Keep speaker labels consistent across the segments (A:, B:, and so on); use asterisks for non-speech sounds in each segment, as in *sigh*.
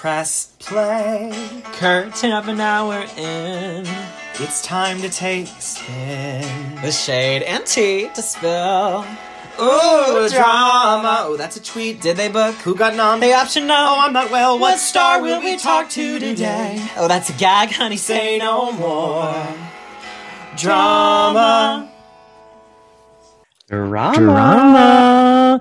A: Press play.
B: Curtain up an hour in.
A: It's time to take a spin.
B: With shade and tea to spill.
A: Ooh, drama.
B: Oh, that's a tweet. Did they book?
A: Who got nom?
B: They option no.
A: Oh, I'm not well. What star will we talk to today?
B: Oh, that's a gag, honey.
A: Say no more. Drama.
B: Drama.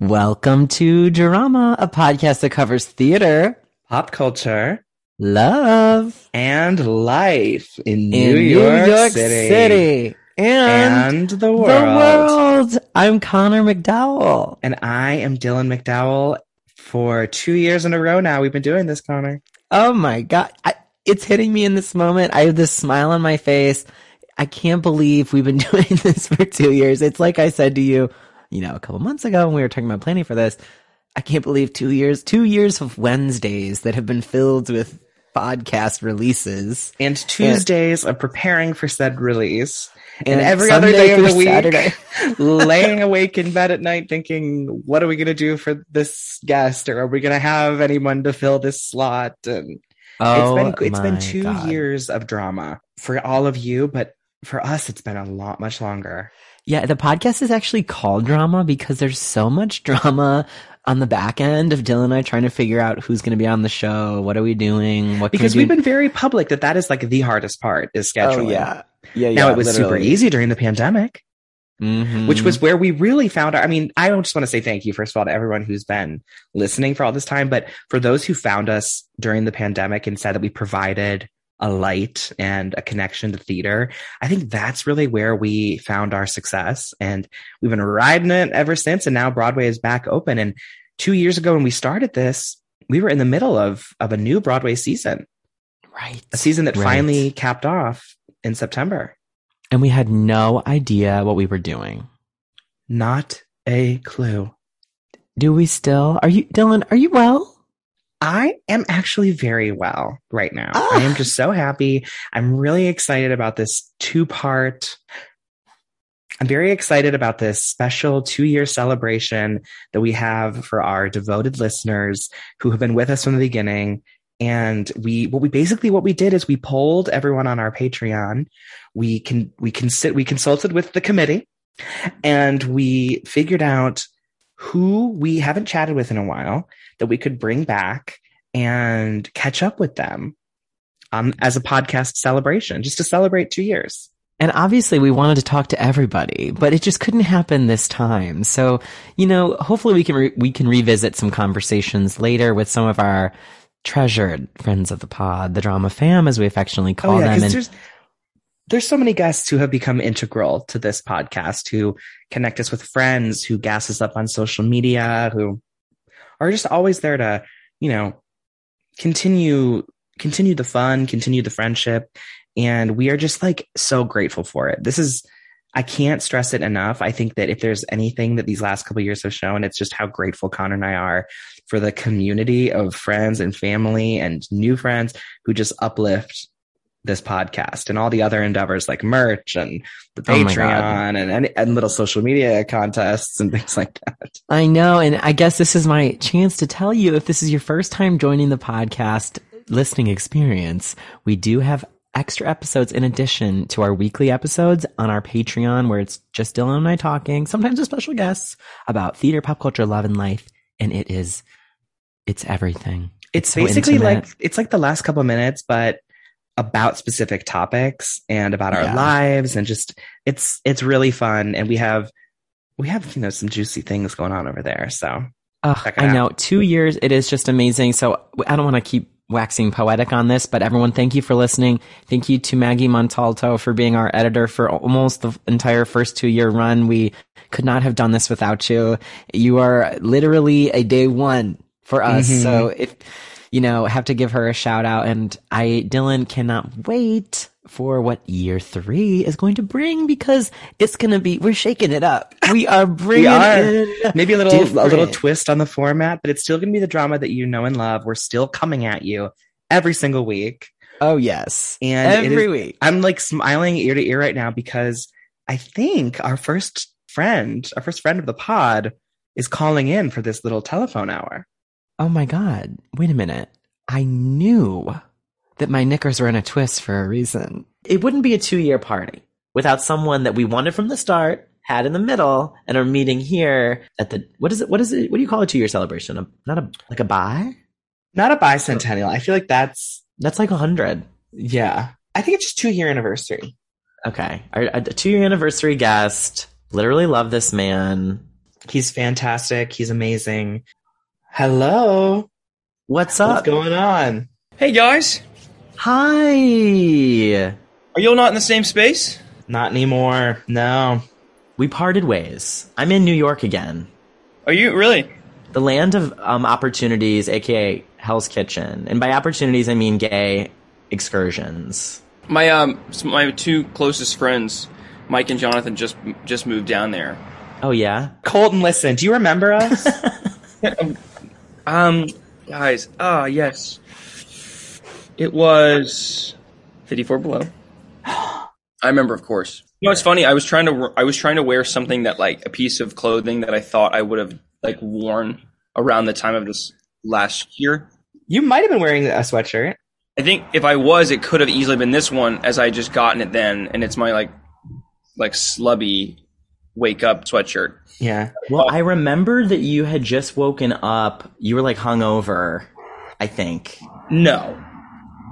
B: Welcome to Drama, a podcast that covers theater,
C: pop culture,
B: love
C: and life in,
B: in
C: New, York, City,
B: and,
C: and the
B: the
C: world.
B: world. I'm Connor McDowell.
C: And I am Dylan McDowell. For two years in a row now, we've been doing this, Connor.
B: Oh my god, I, it's hitting me in this moment. I have this smile on my face. I can't believe we've been *laughs* doing this for two years. It's like I said to you, you know, a couple months ago when we were talking about planning for this. I can't believe two years, two years of Wednesdays that have been filled with podcast releases
C: And Tuesdays of preparing for said release. And, every
B: Sunday
C: other day of
B: through
C: the week,
B: Saturday.
C: *laughs* laying awake in bed at night thinking, what are we going to do for this guest? Or are we going to have anyone to fill this slot? And it's been, it's been
B: Oh my
C: two
B: God.
C: years of drama for all of you, but for us, it's been a lot, much longer.
B: Yeah, the podcast is actually called drama because there's so much drama on the back end of Dylan and I trying to figure out who's going to be on the show, what are we doing, what
C: because
B: can we
C: we've
B: do?
C: been very public that that is like the hardest part is scheduling.
B: Oh yeah, yeah. yeah
C: Now it was super easy during the pandemic,
B: Mhm.
C: which was where we really found our. I mean, I just want to say thank you first of all to everyone who's been listening for all this time, but for those who found us during the pandemic and said that we provided a light and a connection to theater, I think that's really where we found our success, and we've been riding it ever since. And now Broadway is back open, and two years ago when we started this, we were in the middle of of a new Broadway season
B: right.
C: a season that
B: Right.
C: finally capped off in September.
B: And we had no idea what we were doing.
C: Not a clue.
B: Do we still? Are you Dylan? Are you well?
C: I am actually very well right now.
B: Ah.
C: I am just so happy. I'm really excited about this two part. I'm very excited about this special two year celebration that we have for our devoted listeners who have been with us from the beginning. And we, what we basically, what we did is we polled everyone on our Patreon. We can, we can sit, we consulted with the committee and we figured out who we haven't chatted with in a while that we could bring back and catch up with them um, as a podcast celebration, just to celebrate two years.
B: And obviously, we wanted to talk to everybody, but it just couldn't happen this time. So, you know, hopefully, we can re- we can revisit some conversations later with some of our treasured friends of the pod, the drama fam, as we affectionately
C: Oh,
B: call them.
C: because
B: And
C: there's there's so many guests who have become integral to this podcast, who connect us with friends, who gas us up on social media, who are just always there to, you know, continue continue the fun, continue the friendship, and we are just like so grateful for it. This is I can't stress it enough. I think that if there's anything that these last couple years have shown, it's just how grateful Connor and I are for the community of friends and family and new friends who just uplift this podcast and all the other endeavors like merch and the
B: Oh my God.
C: Patreon and, and and little social media contests and things like that.
B: I know, and I guess this is my chance to tell you if this is your first time joining the podcast listening experience, we do have extra episodes in addition to our weekly episodes on our Patreon where it's just Dylan and I talking, sometimes with special guests about theater, pop culture, love and life, and it is it's everything.
C: It's,
B: so
C: basically
B: intimate.
C: like it's like the last couple of minutes, but about specific topics and about our
B: Yeah.
C: lives and just it's it's really fun and we have we have you know some juicy things going on over there. So
B: Ugh,
C: Check it
B: I
C: out.
B: know. Two years. It is just amazing. So I don't want to keep waxing poetic on this, but everyone, thank you for listening. Thank you to Maggie Montalto for being our editor for almost the entire first two year run. We could not have done this without you. You are literally a day one for us.
C: Mhm.
B: So if, you know, have to give her a shout out. And I, Dylan, cannot wait for what year three is going to bring because it's going to be, we're shaking it up. We are bringing
C: are.
B: in
C: maybe a little a little
B: Different.
C: twist on the format, but it's still gonna be the drama that you know and love. We're still coming at you every single week.
B: Oh yes,
C: And it
B: every
C: is-
B: week.
C: I'm like smiling ear to ear right now because I think our first friend, our first friend of the pod, is calling in for this little telephone hour.
B: Oh my god! Wait a minute. I knew that my knickers were in a twist for a reason. It wouldn't be a two year party without someone that we wanted from the start, had in the middle, and are meeting here at the what is it? What is it? What do you call a two year celebration? A, not a like a buy?
C: Not a bicentennial. I feel like that's
B: That's like a hundred.
C: yeah. I think it's just two year anniversary.
B: Okay, our, a two year anniversary guest. Literally love this man.
C: He's fantastic. He's amazing. Hello.
B: What's
C: What's
D: Uh,
B: up?
C: going on?
A: Hey guys,
B: Hi.
A: are y'all not in the same space?
C: Not anymore. No.
B: We parted ways. I'm in New York again.
A: Are you really?
B: the land of um, opportunities, aka Hell's Kitchen, and by opportunities I mean gay excursions.
D: My um, s- my two closest friends, Mike and Jonathan, just just moved down there.
B: Oh yeah,
C: Colton, listen, do you remember
D: *laughs*
C: us?
D: Um, guys, ah, yes, it was fifty-four below. I remember, of course. You know, it's funny. I was trying to I was trying to wear something that like a piece of clothing that I thought I would have like worn around the time of this last year.
C: you might have been wearing a sweatshirt.
D: I think if I was, it could have easily been this one, as I had just gotten it then, and it's my like like slubby wake up sweatshirt.
C: Yeah.
B: Well, I remember that you had just woken up. You were like hungover, I think.
D: No,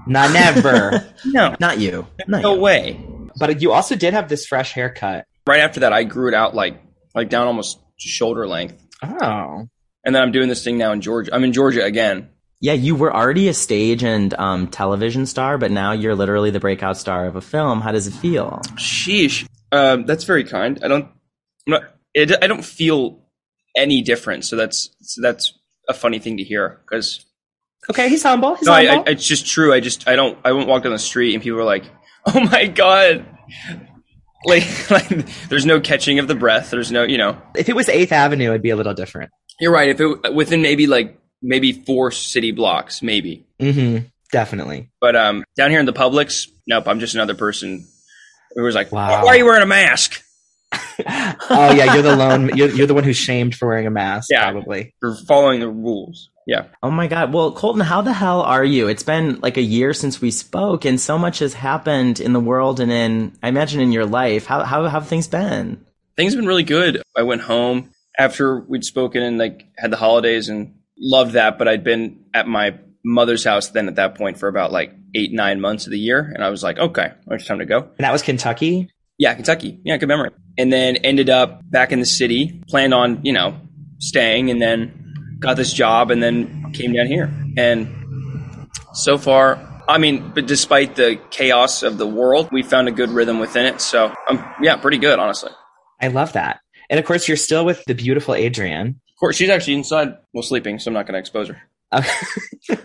C: Not never.
D: *laughs* no,
B: Not you. Not
D: no
B: you.
D: way.
C: but you also did have this fresh haircut.
D: Right after that, I grew it out like like down almost to shoulder length,
C: Oh.
D: and then I'm doing this thing now in Georgia. I'm in Georgia again.
B: Yeah, you were already a stage and um, television star, but now you're literally the breakout star of a film. How does it feel?
D: Sheesh, um, that's very kind. I don't, I'm not, it, I don't feel any different. So that's so that's a funny thing to hear because
C: Okay, he's humble. He's
D: No, I,
C: humble.
D: I, it's just true. I just I don't I won't walk down the street and people are like, "Oh my god!" *laughs* Like like there's no catching of the breath. There's no you know.
C: if it was 8th Avenue, it'd be a little different.
D: You're right. If it within maybe like maybe four city blocks, maybe.
C: Mm-hmm.
D: *laughs*
C: Definitely.
D: But um, down here in the Publix, nope. I'm just another person who was like,
C: Wow.
D: "Why are you wearing a mask?"
C: Oh yeah, you're the lone. You're, you're the one who's shamed for wearing a mask.
D: Yeah.
C: Probably.
D: You're following the rules. Yeah.
B: Oh my God. Well, Colton, how the hell are you? It's been like a year since we spoke, and so much has happened in the world and in, I imagine, in your life. How, how, how have things been?
D: things have been really good. I went home after we'd spoken and like had the holidays and loved that, but I'd been at my mother's house then at that point for about like eight, nine months of the year. And I was like, okay, it's time to go.
C: And that was Kentucky.
D: Yeah, Kentucky. Yeah, good memory. And then ended up back in the city, planned on, you know, staying and then got this job and then came down here. And so far, I mean, but despite the chaos of the world, we found a good rhythm within it. So I'm, yeah, pretty good, honestly.
C: I love that. And of course, you're still with the beautiful Adrian. *laughs*
D: Of course, she's actually inside, well, sleeping, so I'm not going to expose her.
C: Okay.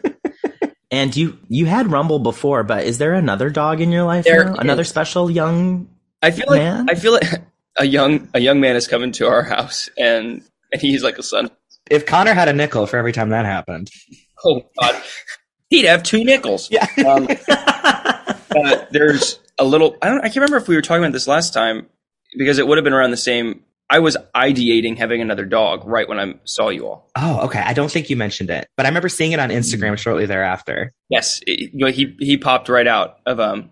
B: And you, you had Rumble before, but is there another dog in your life?
D: There
B: now? Another
D: is.
B: special young?
D: I feel like
B: Man?
D: I feel like a young a young man is coming to our house, and and he's like a son.
C: if Connor had a nickel for every time that happened,
D: Oh God, he'd have two nickels.
C: yeah,
D: Um, uh, there's a little. I don't. I can't remember if we were talking about this last time because it would have been around the same. I was ideating having another dog right when I saw you all.
C: Oh, okay. I don't think you mentioned it, but I remember seeing it on Instagram shortly thereafter.
D: Yes, it, you know, he he popped right out of um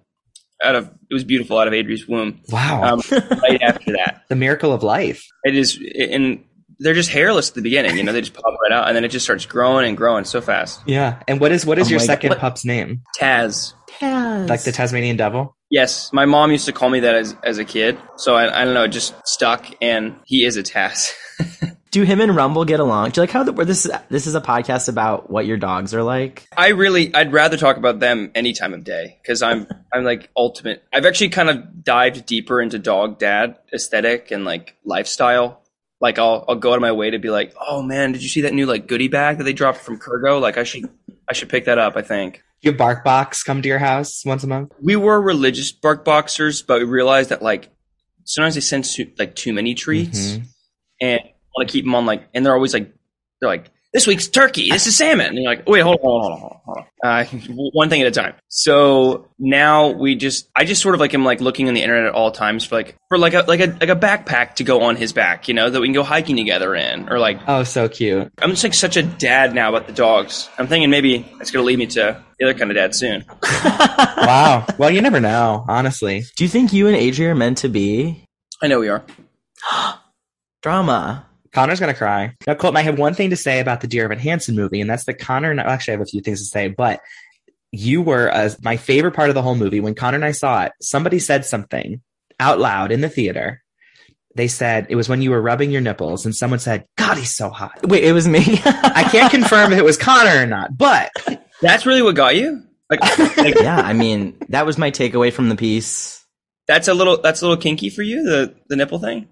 D: out of it was beautiful out of Adri's womb
C: Wow,
D: um, right after that.
C: the miracle of life.
D: it is and they're just hairless at the beginning you know they just pop right out and then it just starts growing and growing so fast
C: Yeah. And what is what
B: Oh
C: is your
B: my
C: second
B: God.
C: pup's name?
D: taz
C: Like the Tasmanian devil?
D: yes my mom used to call me that as, as a kid so I, I don't know it just stuck and he is a taz *laughs*
B: Do him and Rumble get along? Do you like how the, where this is, this is a podcast about what your dogs are like?
D: i really i'd rather talk about them any time of day because i'm i'm like ultimate i've actually kind of dived deeper into dog dad aesthetic and like lifestyle like I'll, I'll go out of my way to be like oh man did you see that new like goodie bag that they dropped from kurgo like i should i should pick that up i think
C: Your bark box come to your house once a month?
D: we were religious bark boxers, but we realized that like sometimes they send too, like too many treats
C: Mhm.
D: and want to keep them on like, and they're always like, they're like, this week's turkey. This is salmon. And you're like, wait, hold on, hold on, hold on. Hold on. Uh, one thing at a time. So now we just, I just sort of like am like looking on the internet at all times for like for like a like a like a backpack to go on his back, you know, that we can go hiking together in, or like
C: Oh, so cute.
D: I'm just like such a dad now about the dogs. I'm thinking maybe it's gonna lead me to the other kind of dad soon.
C: Wow. well, you never know, honestly.
B: Do you think you and Adria are meant to be?
D: I know we are.
B: Drama.
C: Connor's gonna cry. Now, Colton, I have one thing to say about the Dear Evan Hansen movie, and that's that Connor. And, well, actually, I have a few things to say, but you were uh, my favorite part of the whole movie. When Connor and I saw it, somebody said something out loud in the theater. They said it was when you were rubbing your nipples, and someone said, "God, he's so hot."
B: Wait, it was me. *laughs*
C: I can't confirm if it was Connor or not, but
D: That's really what got you. Like, like
B: yeah, I mean, that was my takeaway from the piece.
D: that's a little that's a little kinky for you. The the nipple thing.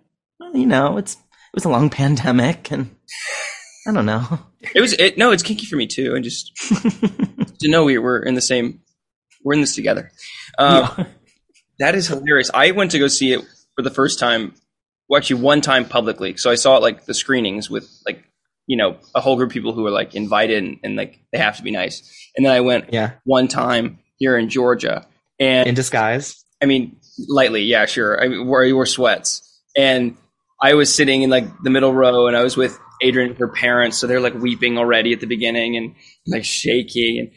B: You know, it's it was a long pandemic, and I don't know.
D: It was it. No, it's kinky for me too. And just to know we we're in the same. We're in this together. Um, That is hilarious. I went to go see it for the first time, well, actually one time publicly. So I saw it like the screenings with like you know a whole group of people who were like invited and, and like they have to be nice. And then I went
C: yeah,
D: one time here in Georgia, and
C: in disguise.
D: I mean, lightly, yeah, sure. I mean, wore, I wore sweats, and I was sitting in like the middle row, and I was with Adrian and her parents, so they're like weeping already at the beginning and like shaking, and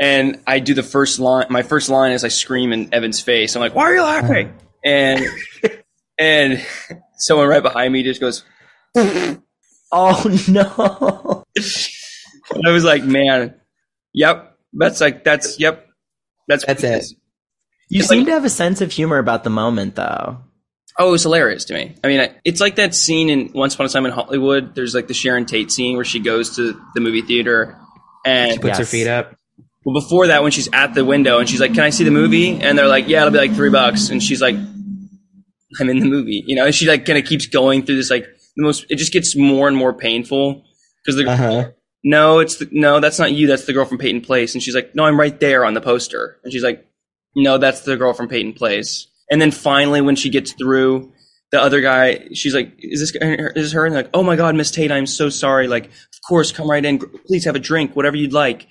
D: and I do the first line. My first line is I scream in Evan's face. I'm like, "Why are you laughing?" And and someone right behind me just goes.
B: Oh no.
D: And I was like, "Man, yep, that's like that's yep, that's
C: That's
D: *laughs*
C: it.
B: You
D: It's
B: seem
D: like-
B: to have a sense of humor about the moment, though.
D: Oh, it was hilarious to me. I mean, I- it's like that scene in Once Upon a Time in Hollywood. There's like the Sharon Tate scene where she goes to the movie theater, and
C: Puts her
B: Yes.
C: feet up.
D: well, before that, when she's at the window and she's like, "Can I see the movie?" and they're like, "Yeah, it'll be like three bucks," and she's like, "I'm in the movie," you know. And she like kind of keeps going through this like the most. It just gets more and more painful because the
C: Uh huh.
D: no, it's the, no, that's not you. That's the girl from Peyton Place. And she's like, no, I'm right there on the poster. And she's like, no, that's the girl from Peyton Place. And then finally, when she gets through, the other guy, she's like, is this and her- is this her? And like, oh my god, Miss Tate, I'm so sorry. Like, of course, come right in. Please have a drink, whatever you'd like.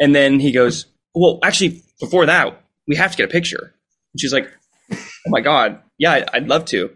D: And then he goes, well, actually, before that, we have to get a picture. And she's like, oh my god, yeah, I- I'd love to.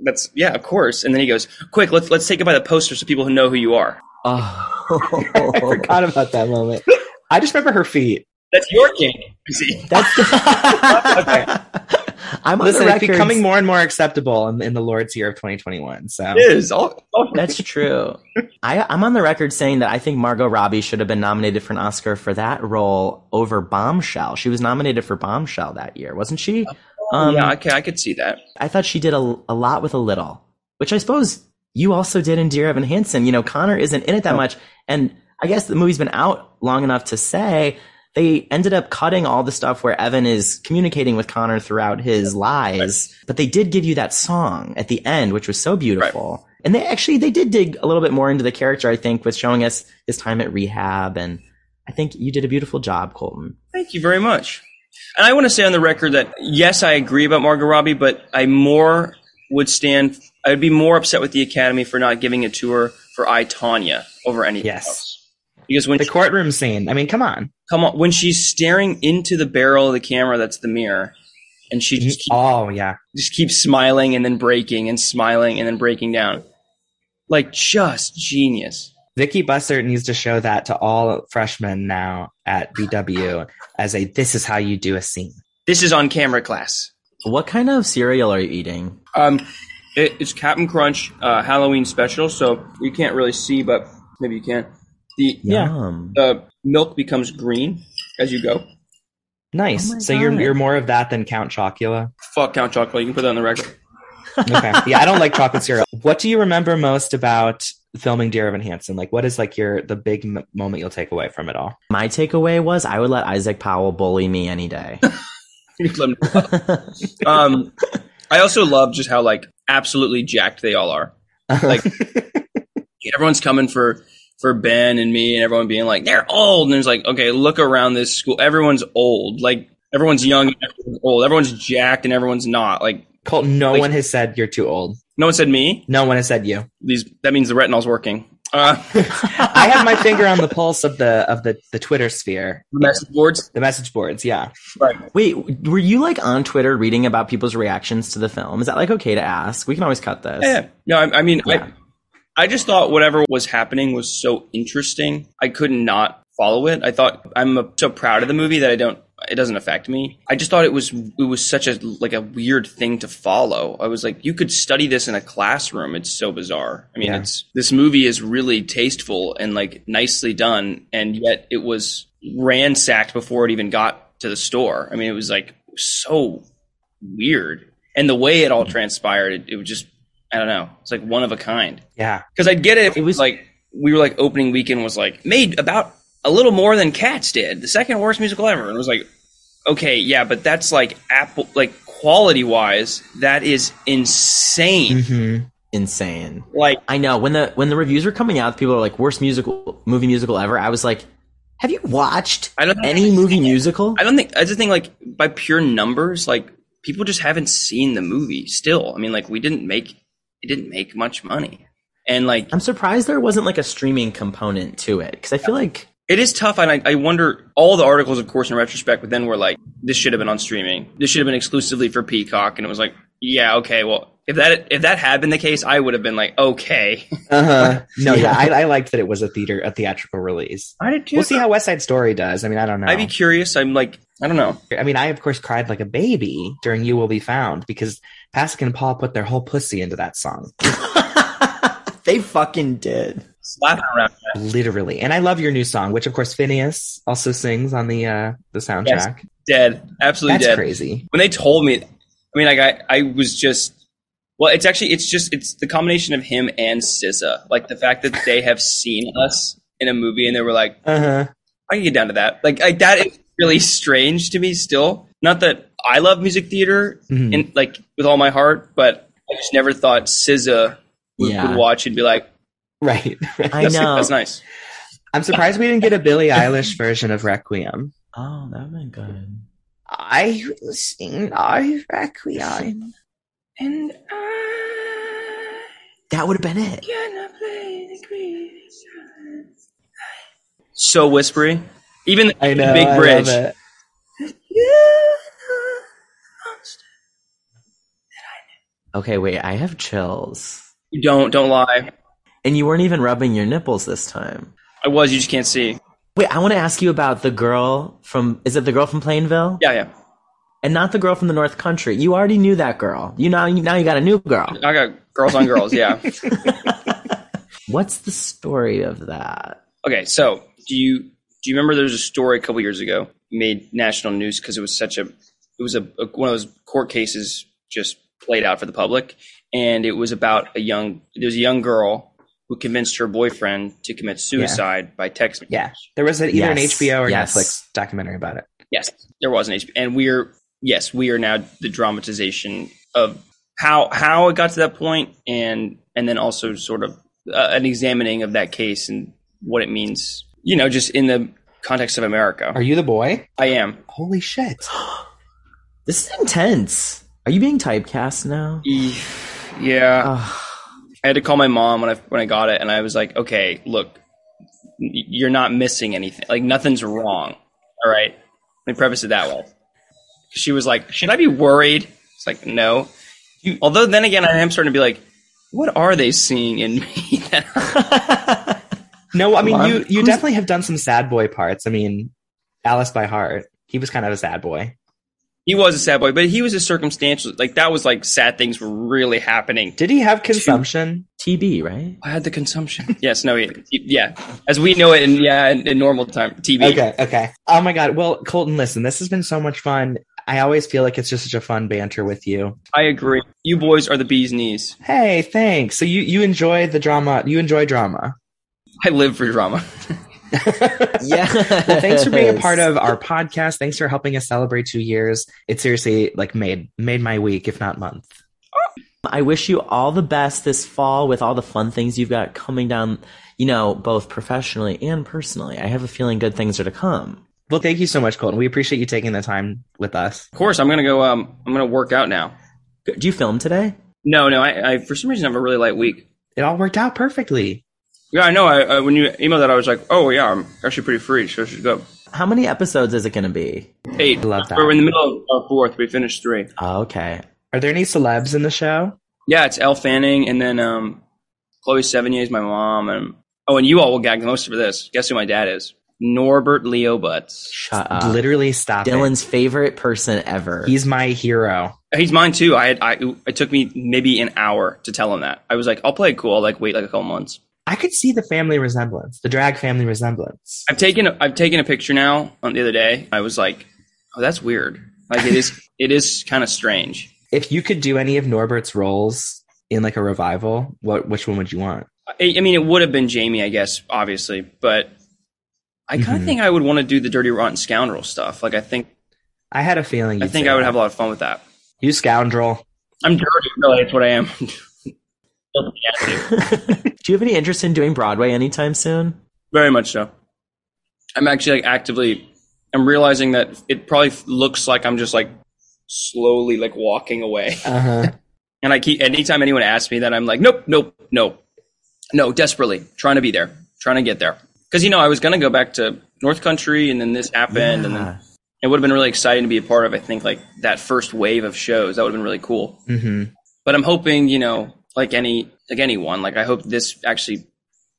D: That's yeah, of course. And then he goes, quick, let's let's take it by the poster so people who know who you are.
C: I
B: Oh.
C: forgot about that moment. I just remember her feet.
D: That's your kink. You see.
B: That's
C: *laughs*
B: *laughs* I'm on
C: Listen,
B: the
C: it's
B: record.
C: becoming more and more acceptable in, in the Lord's year of 2021. So
D: It is. All, all-
B: That's true. I, I'm on the record saying that I think Margot Robbie should have been nominated for an Oscar for that role over Bombshell. She was nominated for Bombshell that year, wasn't she? Um,
D: Oh, yeah, okay, I could see that.
B: I thought she did a, a lot with a little, which I suppose you also did in Dear Evan Hansen. You know, Connor isn't in it that much. And I guess the movie's been out long enough to say they ended up cutting all the stuff where Evan is communicating with Connor throughout his lies. But they did give you that song at the end, which was so beautiful. And they actually, they did dig a little bit more into the character, I think, with showing us his time at rehab. And I think you did a beautiful job, Colton.
D: Thank you very much. And I want to say on the record that yes, I agree about Margot Robbie, but I more would stand. I would be more upset with the Academy for not giving it to her for I Tanya over anything
C: Yes.
D: else. Because when
C: the
D: she-
C: courtroom scene. I mean, come on.
D: come on, when she's staring into the barrel of the camera, that's the mirror, and she just keeps,
C: Oh yeah.
D: just keeps smiling and then breaking and smiling and then breaking down, like just genius.
C: Vicky Bussert needs to show that to all freshmen now at BW as a this is how you do a scene.
D: This is on camera class.
B: What kind of cereal are you eating?
D: Um, it, it's Captain Crunch uh, Halloween special, so you can't really see, but maybe you can. The
B: Yum.
D: the milk becomes green as you go.
C: Nice.
B: Oh my
C: so you're
B: God.
C: you're more of that than Count Chocula.
D: Fuck Count Chocolate. You can put that on the record. *laughs*
C: Okay. *laughs* yeah, I don't like chocolate syrup. What do you remember most about filming Dear Evan Hansen? Like, what is like your the big m- moment you'll take away from it all?
B: My takeaway was I would let Isaac Powell bully me any
C: *laughs*
B: day.
D: um, I also love just how like absolutely jacked they all are. Like everyone's coming for for Ben and me, and everyone being like they're old. And it's like, okay, look around this school. Everyone's old. Like everyone's young, and everyone's old. Everyone's jacked, and everyone's not. Like
C: Colton, no
D: Like-
C: one has said you're too old.
D: no one said me.
C: No one has said you.
D: These that means the retinol's working. Uh, *laughs*
C: I have my finger on the pulse of the of the the Twitter sphere,
D: message boards.
C: the message boards. Yeah,
D: Right.
B: Wait, were you like on Twitter reading about people's reactions to the film? Is that like okay to ask? We can always cut this.
D: Yeah. No, I, I mean,
B: Yeah.
D: I, I just thought whatever was happening was so interesting. I could not follow it. I thought I'm so proud of the movie that I don't. It doesn't affect me. I just thought it was it was such a like a weird thing to follow. I was like, you could study this in a classroom. It's so bizarre. I mean,
C: Yeah.
D: it's this movie is really tasteful and like nicely done, and yet it was ransacked before it even got to the store. I mean, it was like so weird. And the way it all transpired, it, it was just, I don't know. It's like one of a kind.
C: yeah.
D: Because I'd get it. If
B: It
D: it
B: was-
D: was like, we were like, opening weekend was like, made about a little more than Cats did, the second worst musical ever. And it was like, okay, yeah, but that's like Apple, like quality wise, that is insane.
C: Mm-hmm.
B: Insane.
D: Like,
B: I know when the when the reviews were coming out, people were like worst musical movie musical ever. I was like, have you watched
D: I don't think
B: any movie musical?
D: I don't think, I just think like by pure numbers, like people just haven't seen the movie still. I mean, like we didn't make, it didn't make much money. And like,
B: I'm surprised there wasn't like a streaming component to it because I feel like
D: It is tough, and I, I wonder. All the articles, of course, in retrospect, but then were like, "This should have been on streaming. This should have been exclusively for Peacock." And it was like, "Yeah, okay, well, if that if that had been the case, I would have been like,
C: *laughs*
D: okay."
C: Uh-huh. No,
B: Yeah.
C: yeah, I, I liked that it was a theater a theatrical release.
D: I did
C: We'll see how West Side Story does. I mean, I don't know.
D: I'd be curious. I'm like, I don't know.
C: I mean, I of course cried like a baby during "You Will Be Found" because Pasek and Paul put their whole pussy into that song,
B: *laughs* they fucking did.
D: Slapping around.
C: literally. And I love your new song, which of course Phineas also sings on the uh the soundtrack.
D: Dead. Absolutely
C: That's
D: dead.
C: crazy.
D: When they told me, I mean, like, I I was just. Well, it's actually it's just it's the combination of him and SZA, like the fact that they have seen us in a movie and they were like,
C: Uh huh.
D: I can get down to that. Like, like that is really strange to me still. Not that I love music theater
C: Mm-hmm. Hmm.
D: and like with all my heart, but I just never thought SZA would,
B: Yeah.
D: would watch and be like,
C: Right. *laughs* right.
B: I
D: that's,
B: know.
D: that's nice.
C: I'm surprised we didn't get a Billie Eilish version of Requiem.
B: Oh, that would be good.
C: I will sing I Requiem.
D: And I
B: That would have been it.
D: cannot play the greatest So whispery. Even the
C: I know.
D: big
C: I
D: bridge.
C: love it.
B: Okay, wait, I have chills.
D: You don't, don't lie.
B: And you weren't even rubbing your nipples this time.
D: I was, you just can't see.
B: Wait, I want to ask you about the girl from is it the girl from Plainville?
D: Yeah, yeah.
B: And not the girl from the North Country. You already knew that girl. You now now you got a new girl.
D: I got girls on
C: *laughs*
D: girls, yeah.
B: What's the story of that?
D: Okay, so do you do you remember there was a story a couple years ago made national news because it was such a it was a, a- one of those court cases just played out for the public, and it was about a young there was a young girl who convinced her boyfriend to commit suicide by text. message.
C: Yeah. There was an, either an
B: Yes.
C: HBO or
B: Yes.
C: Netflix documentary about it.
D: Yes, there was an HBO, and we're yes we are now the dramatization of how how it got to that point, and and then also sort of uh, an examining of that case and what it means, you know, just in the context of America.
C: Are you the boy?
D: I am.
C: Holy shit.
B: This is intense. Are you being typecast now?
D: E-
C: Um,
D: Yeah,
B: Ugh. *laughs*
D: I had to call my mom when I when I got it, and I was like, "Okay, look, y- you're not missing anything. Like nothing's wrong. All right." Let me preface it that way. She was like, "Should I be worried?" It's like, "No." You, although then again, I am starting to be like, "What are they seeing in me?" *laughs*
C: No, I mean
B: Mom,
C: you you
B: who's-
C: definitely have done some sad boy parts. I mean, Alice by Heart. He was kind of a sad boy.
D: he was a sad boy, but he was a circumstantial. Like that was like sad things were really happening.
C: Did he have consumption?
B: TB, right?
D: I had the consumption. yes, no, he, he- yeah, as we know it, in yeah, in, in normal time, TV.
C: Okay, okay. Oh my god. Well, Colton, listen, this has been so much fun. I always feel like it's just such a fun banter with you.
D: I agree. You boys are the bee's knees.
C: Hey, thanks. So you you enjoy the drama. You enjoy *laughs* drama.
D: I live for drama.
B: Yeah.
C: Well, thanks for being a part of our podcast. Thanks for helping us celebrate 2 years. It seriously like made made my week if not month.
B: I wish you all the best this fall with all the fun things you've got coming down, you know, both professionally and personally. I have a feeling good things are to come.
C: Well, thank you so much, Colton. We appreciate you taking the time with us.
D: Of course, I'm gonna go. Um, I'm gonna work out now.
B: G- Do you film today?
D: No, no. I, I for some reason I have a really light week.
C: It all worked out perfectly.
D: Yeah, I know. I, I when you emailed that, I was like, oh yeah, I'm actually pretty free, so I should go.
B: How many episodes is it going to be?
D: Eight.
C: Love that.
D: We're in the middle of fourth. We finished three.
B: Okay.
C: Are there any celebs in the show?
D: Yeah, it's Elle Fanning, and then um, Chloe Sevigny is my mom, and oh, and you all will gag the most for this. Guess who my dad is? Norbert Leo Butts.
B: Shut up.
C: Literally stop it.
B: Dylan's favorite person ever.
D: *laughs*
C: He's my hero.
D: He's mine too. I, had, I it took me maybe an hour to tell him that. I was like, I'll play it cool. I'll like wait like a couple months.
C: I could see the family resemblance, the drag family resemblance.
D: I've taken a, I've taken a picture now on the other day. I was like, oh, that's weird. Like it is *laughs* it is kind of strange.
C: If you could do any of Norbert's roles in like a revival, what which one would you want?
D: I, I mean, it would have been Jamie, I guess, obviously, but I kind of
C: Mhm.
D: think I would want to do the dirty rotten scoundrel stuff. Like I think
C: I had a feeling.
D: I
C: you'd
D: think
C: say
D: I would
C: that.
D: have a lot of fun with that.
C: you scoundrel.
D: I'm dirty, really. That's what I am.
B: *laughs*
D: *laughs*
B: Do you have any interest in doing Broadway anytime soon?
D: Very much so. I'm actually like actively. I'm realizing that it probably f- looks like I'm just like slowly like walking away.
C: Uh *laughs* huh.
D: And I keep anytime anyone asks me that, I'm like, nope, nope, nope, no, desperately trying to be there, trying to get there. Because you know, I was gonna go back to North Country, and then this happened, and
B: Yeah.
D: then it would have been really exciting to be a part of. I think like that first wave of shows that would have been really cool.
C: hmm
D: But I'm hoping, you know, like any like anyone, like I hope this actually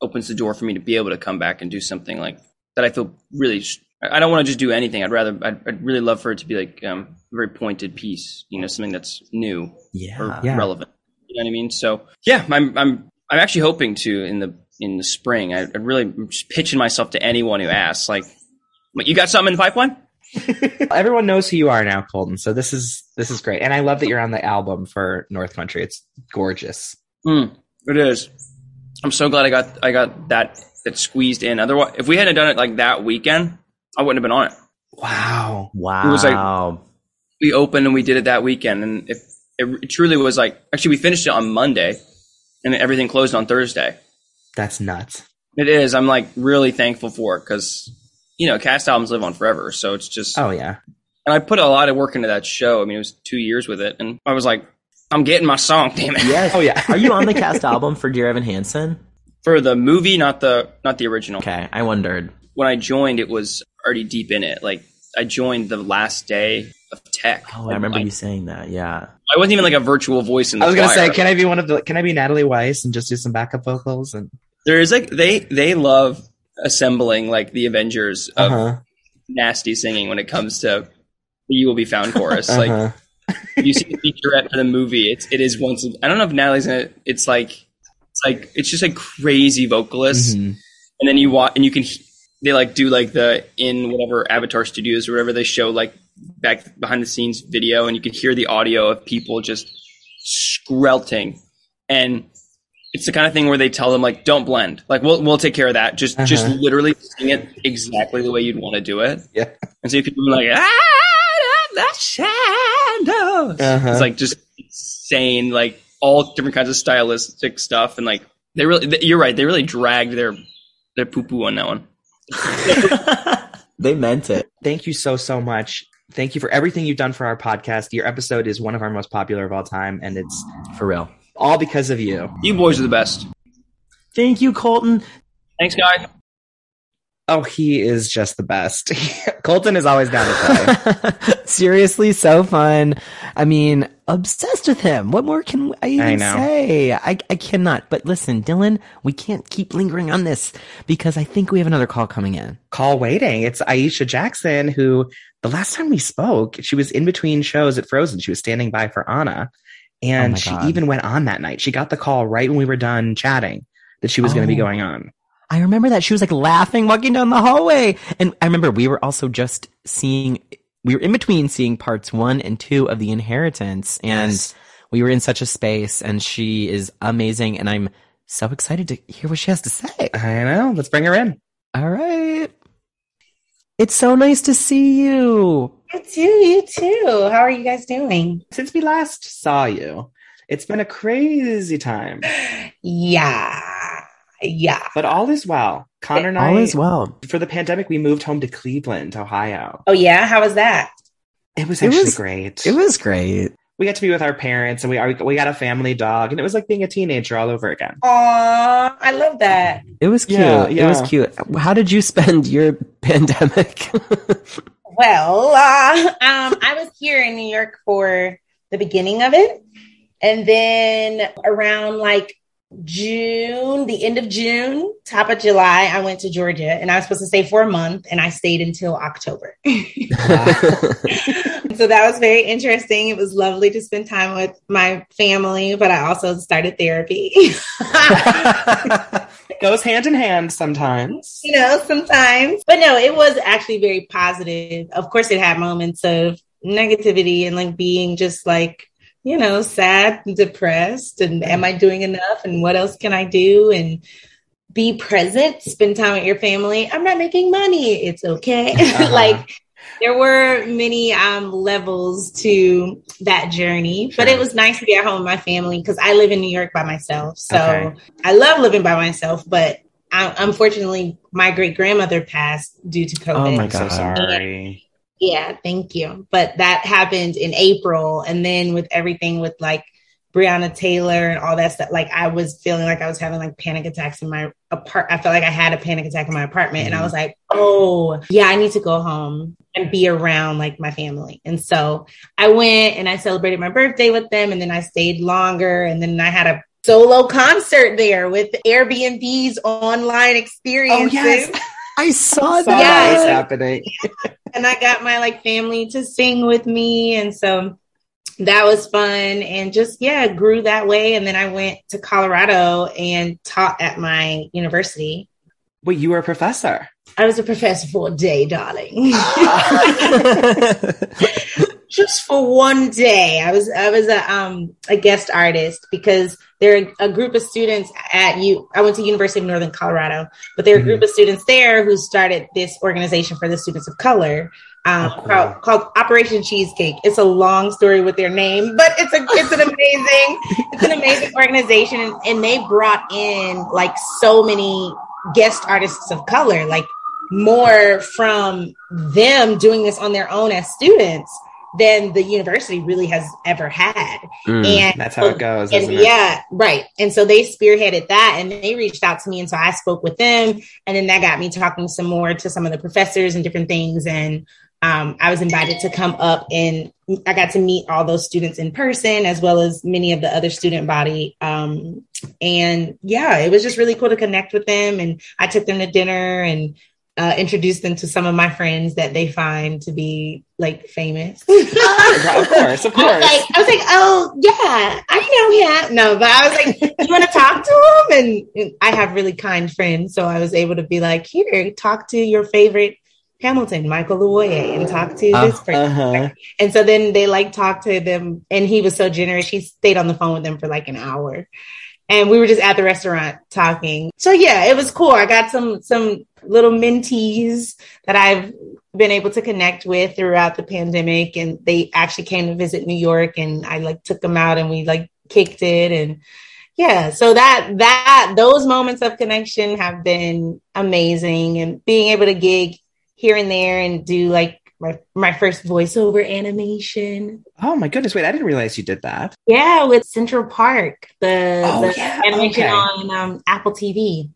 D: opens the door for me to be able to come back and do something like that. I feel really. I I don't want to just do anything. I'd rather. I'd, I'd really love for it to be like um, a very pointed piece. You know, something that's new or
B: Yeah.
C: Yeah.
D: relevant. You know what I mean? So yeah, I'm I'm I'm actually hoping to in the in the spring. I, I really I'm just pitching myself to anyone who asks. Like, "What, you got something in the pipeline?
C: Everyone knows who you are now, Colton. So this is this is great, and I love that you're on the album for North Country. It's gorgeous.
D: Mm, it is. I'm so glad I got I got that that squeezed in. Otherwise, if we hadn't done it like that weekend, I wouldn't have been on it.
C: Wow.
B: Wow.
D: was We opened and we did it that weekend, and if it, it truly was like actually we finished it on Monday, and everything closed on Thursday.
C: That's nuts.
D: It is. I'm like really thankful for it because you know cast albums live on forever, so it's just
C: Oh yeah.
D: And I put a lot of work into that show. I mean, it was two years with it, and I was like, I'm getting my song, *laughs* damn it.
B: yes.
C: Oh yeah.
B: Are you
C: *laughs*
B: on the cast
D: *laughs*
B: album for Dear Evan Hansen?
D: For the movie, not the not the original.
B: Okay, I wondered.
D: When I joined, it was already deep in it. Like I joined the last day of tech.
B: Oh, I remember
D: I,
B: you saying that. Yeah.
D: I wasn't even like a virtual voice in the
C: I was gonna
D: choir.
C: say, can I be one of the? Can I be Natalie Weiss and just do some backup vocals and?
D: there is like they they love assembling like the Avengers of
C: Uh-huh,
D: nasty singing when it comes to the You Will Be Found chorus. Like
C: uh-huh.
D: you see the featurette for the movie. It's it is once. I don't know if Natalie's in it. It's like it's like it's just like crazy vocalists,
C: Mhm.
D: and then you watch and you can he- they like do like the in whatever Avatar Studios or whatever they show like back behind the scenes video, and you can hear the audio of people just skrelting, and it's the kind of thing where they tell them like don't blend, like we'll we'll take care of that. Just just
C: Uh-huh.
D: literally sing it exactly the way you'd want to do it.
C: Yeah.
D: and so people are like out of the shadows.
C: Uh-huh.
D: It's like just insane, like all different kinds of stylistic stuff, and like they really, th you're right, they really dragged their their poo poo on that one.
B: Mm-hmm.
D: *laughs*
B: *laughs* they meant it.
C: Thank you so so much. Thank you for everything you've done for our podcast. Your episode is one of our most popular of all time, and it's
B: For real.
C: all because of you.
D: You boys are the best.
B: Thank you, Colton.
D: Thanks, guys.
C: Oh, he is just the best. *laughs* Colton is always down to play.
B: *laughs* Seriously, so fun. I mean, obsessed with him. What more can I even
C: know.
B: say? I, I cannot. But listen, Dylan, we can't keep lingering on this because I think we have another call coming in.
C: Call waiting. It's Aisha Jackson, who the last time we spoke, she was in between shows at Frozen. She was standing by for Anna,
B: Oh
C: and
B: my
C: she
B: God.
C: even went on that night. She got the call right when we were done chatting that she was going to be
B: Oh.
C: going on.
B: I remember that she was like laughing, walking down the hallway. And I remember we were also just seeing, we were in between seeing parts one and two of The Inheritance. And we were in such a space, and she is amazing. And I'm so excited to hear what she has to say.
C: I know. Let's bring her in.
B: All right. It's so nice to see you.
E: You too. You too. How are you guys doing?
C: Since we last saw you, it's been a crazy time,
E: Yeah. Yeah.
C: but all is well. Connor and I,
B: All is well.
C: for the pandemic, we moved home to Cleveland, Ohio.
E: Oh, yeah. How was that?
C: It was
B: It
C: actually
B: was-
C: great.
B: It was great.
C: we got to be with our parents and we are, we got a family dog and it was like being a teenager all over again.
E: Aw, I love that.
B: It was cute.
C: Yeah,
B: It was
C: yeah.
B: cute. How did you spend your *laughs* pandemic?
E: Well, uh, *laughs* um, I was here in New York for the beginning of it. And then around like June, the end of June, top of July, I went to Georgia and I was supposed to stay for a month and I stayed until October. so that was very interesting. It was lovely to spend time with my family, but I also started therapy. *laughs*
C: It *laughs* goes hand in hand sometimes.
E: you know, sometimes. But no, it was actually very positive. Of course, it had moments of negativity and like being just like, you know, sad and depressed. And am I doing enough? And what else can I do? And be present, spend time with your family. I'm not making money. It's okay. *laughs*
C: Uh-huh.
E: like, there were many um, levels to that journey, but it was nice to be at home with my family because I live in New York by myself. So
C: Okay.
E: I love living by myself, but I, unfortunately, my great grandmother passed due to COVID.
B: Oh my
C: I'm so
B: God.
C: sorry.
E: Yeah, thank you. But that happened in April. And then with everything with like Breonna Taylor and all that stuff, like I was feeling like I was having like panic attacks in my apart. I felt like I had a panic attack in my apartment. And I was like, oh, yeah, I need to go home and be around like my family. And so I went and I celebrated my birthday with them. And then I stayed longer. And then I had a solo concert there with Airbnb's online experiences.
B: I saw
C: Saw
E: Yeah.
C: that was
B: that.
C: happening.
E: and I got my like family to sing with me, and so that was fun. And just yeah, grew that way. And then I went to Colorado and taught at my university.
C: Wait, you were a professor.
E: I was a professor for a day, darling. *laughs* just for one day. I was I was a um a guest artist because there are a group of students at you. I went to University of Northern Colorado, but there are a group of students there who started this organization for the students of color. Um,
C: Oh, cool.
E: called, called Operation Cheesecake. It's a long story with their name, but it's a it's an amazing it's an amazing organization, and, and they brought in like so many guest artists of color, like more from them doing this on their own as students than the university really has ever had.
B: *laughs*
C: Hmm.
B: Mm.
E: And
C: That's how it goes,
E: Oh, and
C: isn't it?
E: yeah, right. And so they spearheaded that and they reached out to me. And so I spoke with them. And then that got me talking some more to some of the professors and different things. And um, I was invited to come up and I got to meet all those students in person as well as many of the other student body. Um, and yeah, it was just really cool to connect with them. And I took them to dinner and uh, introduced them to some of my friends that they find to be like famous.
C: Of
E: *laughs*
C: course, of
E: I was
C: course.
E: like, I was like, oh yeah, I know him. No, but I was like, you want to talk to him? And, and I have really kind friends, so I was able to be like, here, talk to your favorite Hamilton, Michael Luoye, and talk to
B: Oh.
E: this person.
C: Uh-huh.
E: And so then they like talked to them, and he was so generous. He stayed on the phone with them for like an hour, and we were just at the restaurant talking. So yeah, it was cool. I got some some little mentees that I've been able to connect with throughout the pandemic, and they actually came to visit New York, and I like took them out, and we like kicked it, and yeah. So that that those moments of connection have been amazing, and being able to gig here and there and do like my, my first voiceover animation.
C: Oh my goodness. Wait, I didn't realize you did that.
E: Yeah, with Central Park, the,
C: Oh,
E: the
C: yeah,
E: animation
C: okay.
E: on um, Apple TV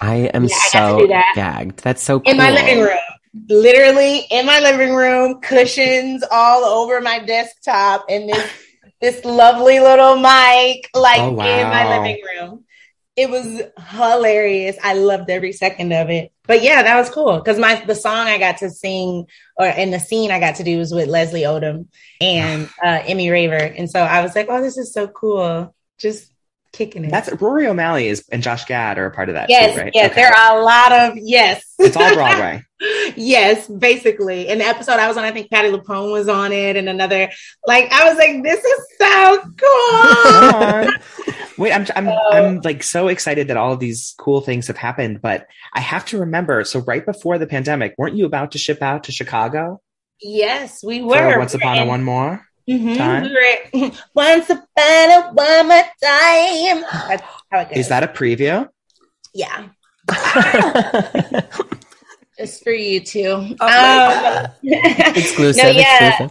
B: I am
E: Yeah, I got to
B: so
E: do that.
B: gagged. That's so cool.
E: in my living
B: *laughs*
E: room. *laughs* Literally in my living room, cushions all over my desktop, and this
C: *laughs*
E: this lovely little mic, like
C: Oh,
E: in my
C: wow.
E: living room. It was hilarious. I loved every second of it. But yeah, that was cool because my the song I got to sing or and the scene I got to do was with Leslie Odom
C: *sighs*
E: and uh, Emmy Raver, and so I was like, oh, this is so cool. Just kicking it.
C: That's Rory O'Malley is and Josh Gad are a part of that
E: yes,
C: too, right?
E: yes.
C: Okay.
E: There are a lot of yes. *laughs*
C: it's all Broadway.
E: Yes, basically. And the episode I was on, I think Patty Lapone was on it, and another. Like I was like, this is so cool.
C: *laughs* Aw. Wait, I'm I'm I'm like so excited that all of these cool things have happened, but I have to remember. So right before the pandemic, weren't you about to ship out to Chicago
E: yes, we
C: for
E: were.
C: Once Upon a One More?
E: Mhm,
C: Time?
E: we were at- *laughs* Once upon a one more time. That's how it goes.
C: Is that a preview?
E: yeah? It's for you too.
B: my
E: um,
B: exclusive.
C: *laughs*
E: *laughs* No, yeah.
B: exclusive.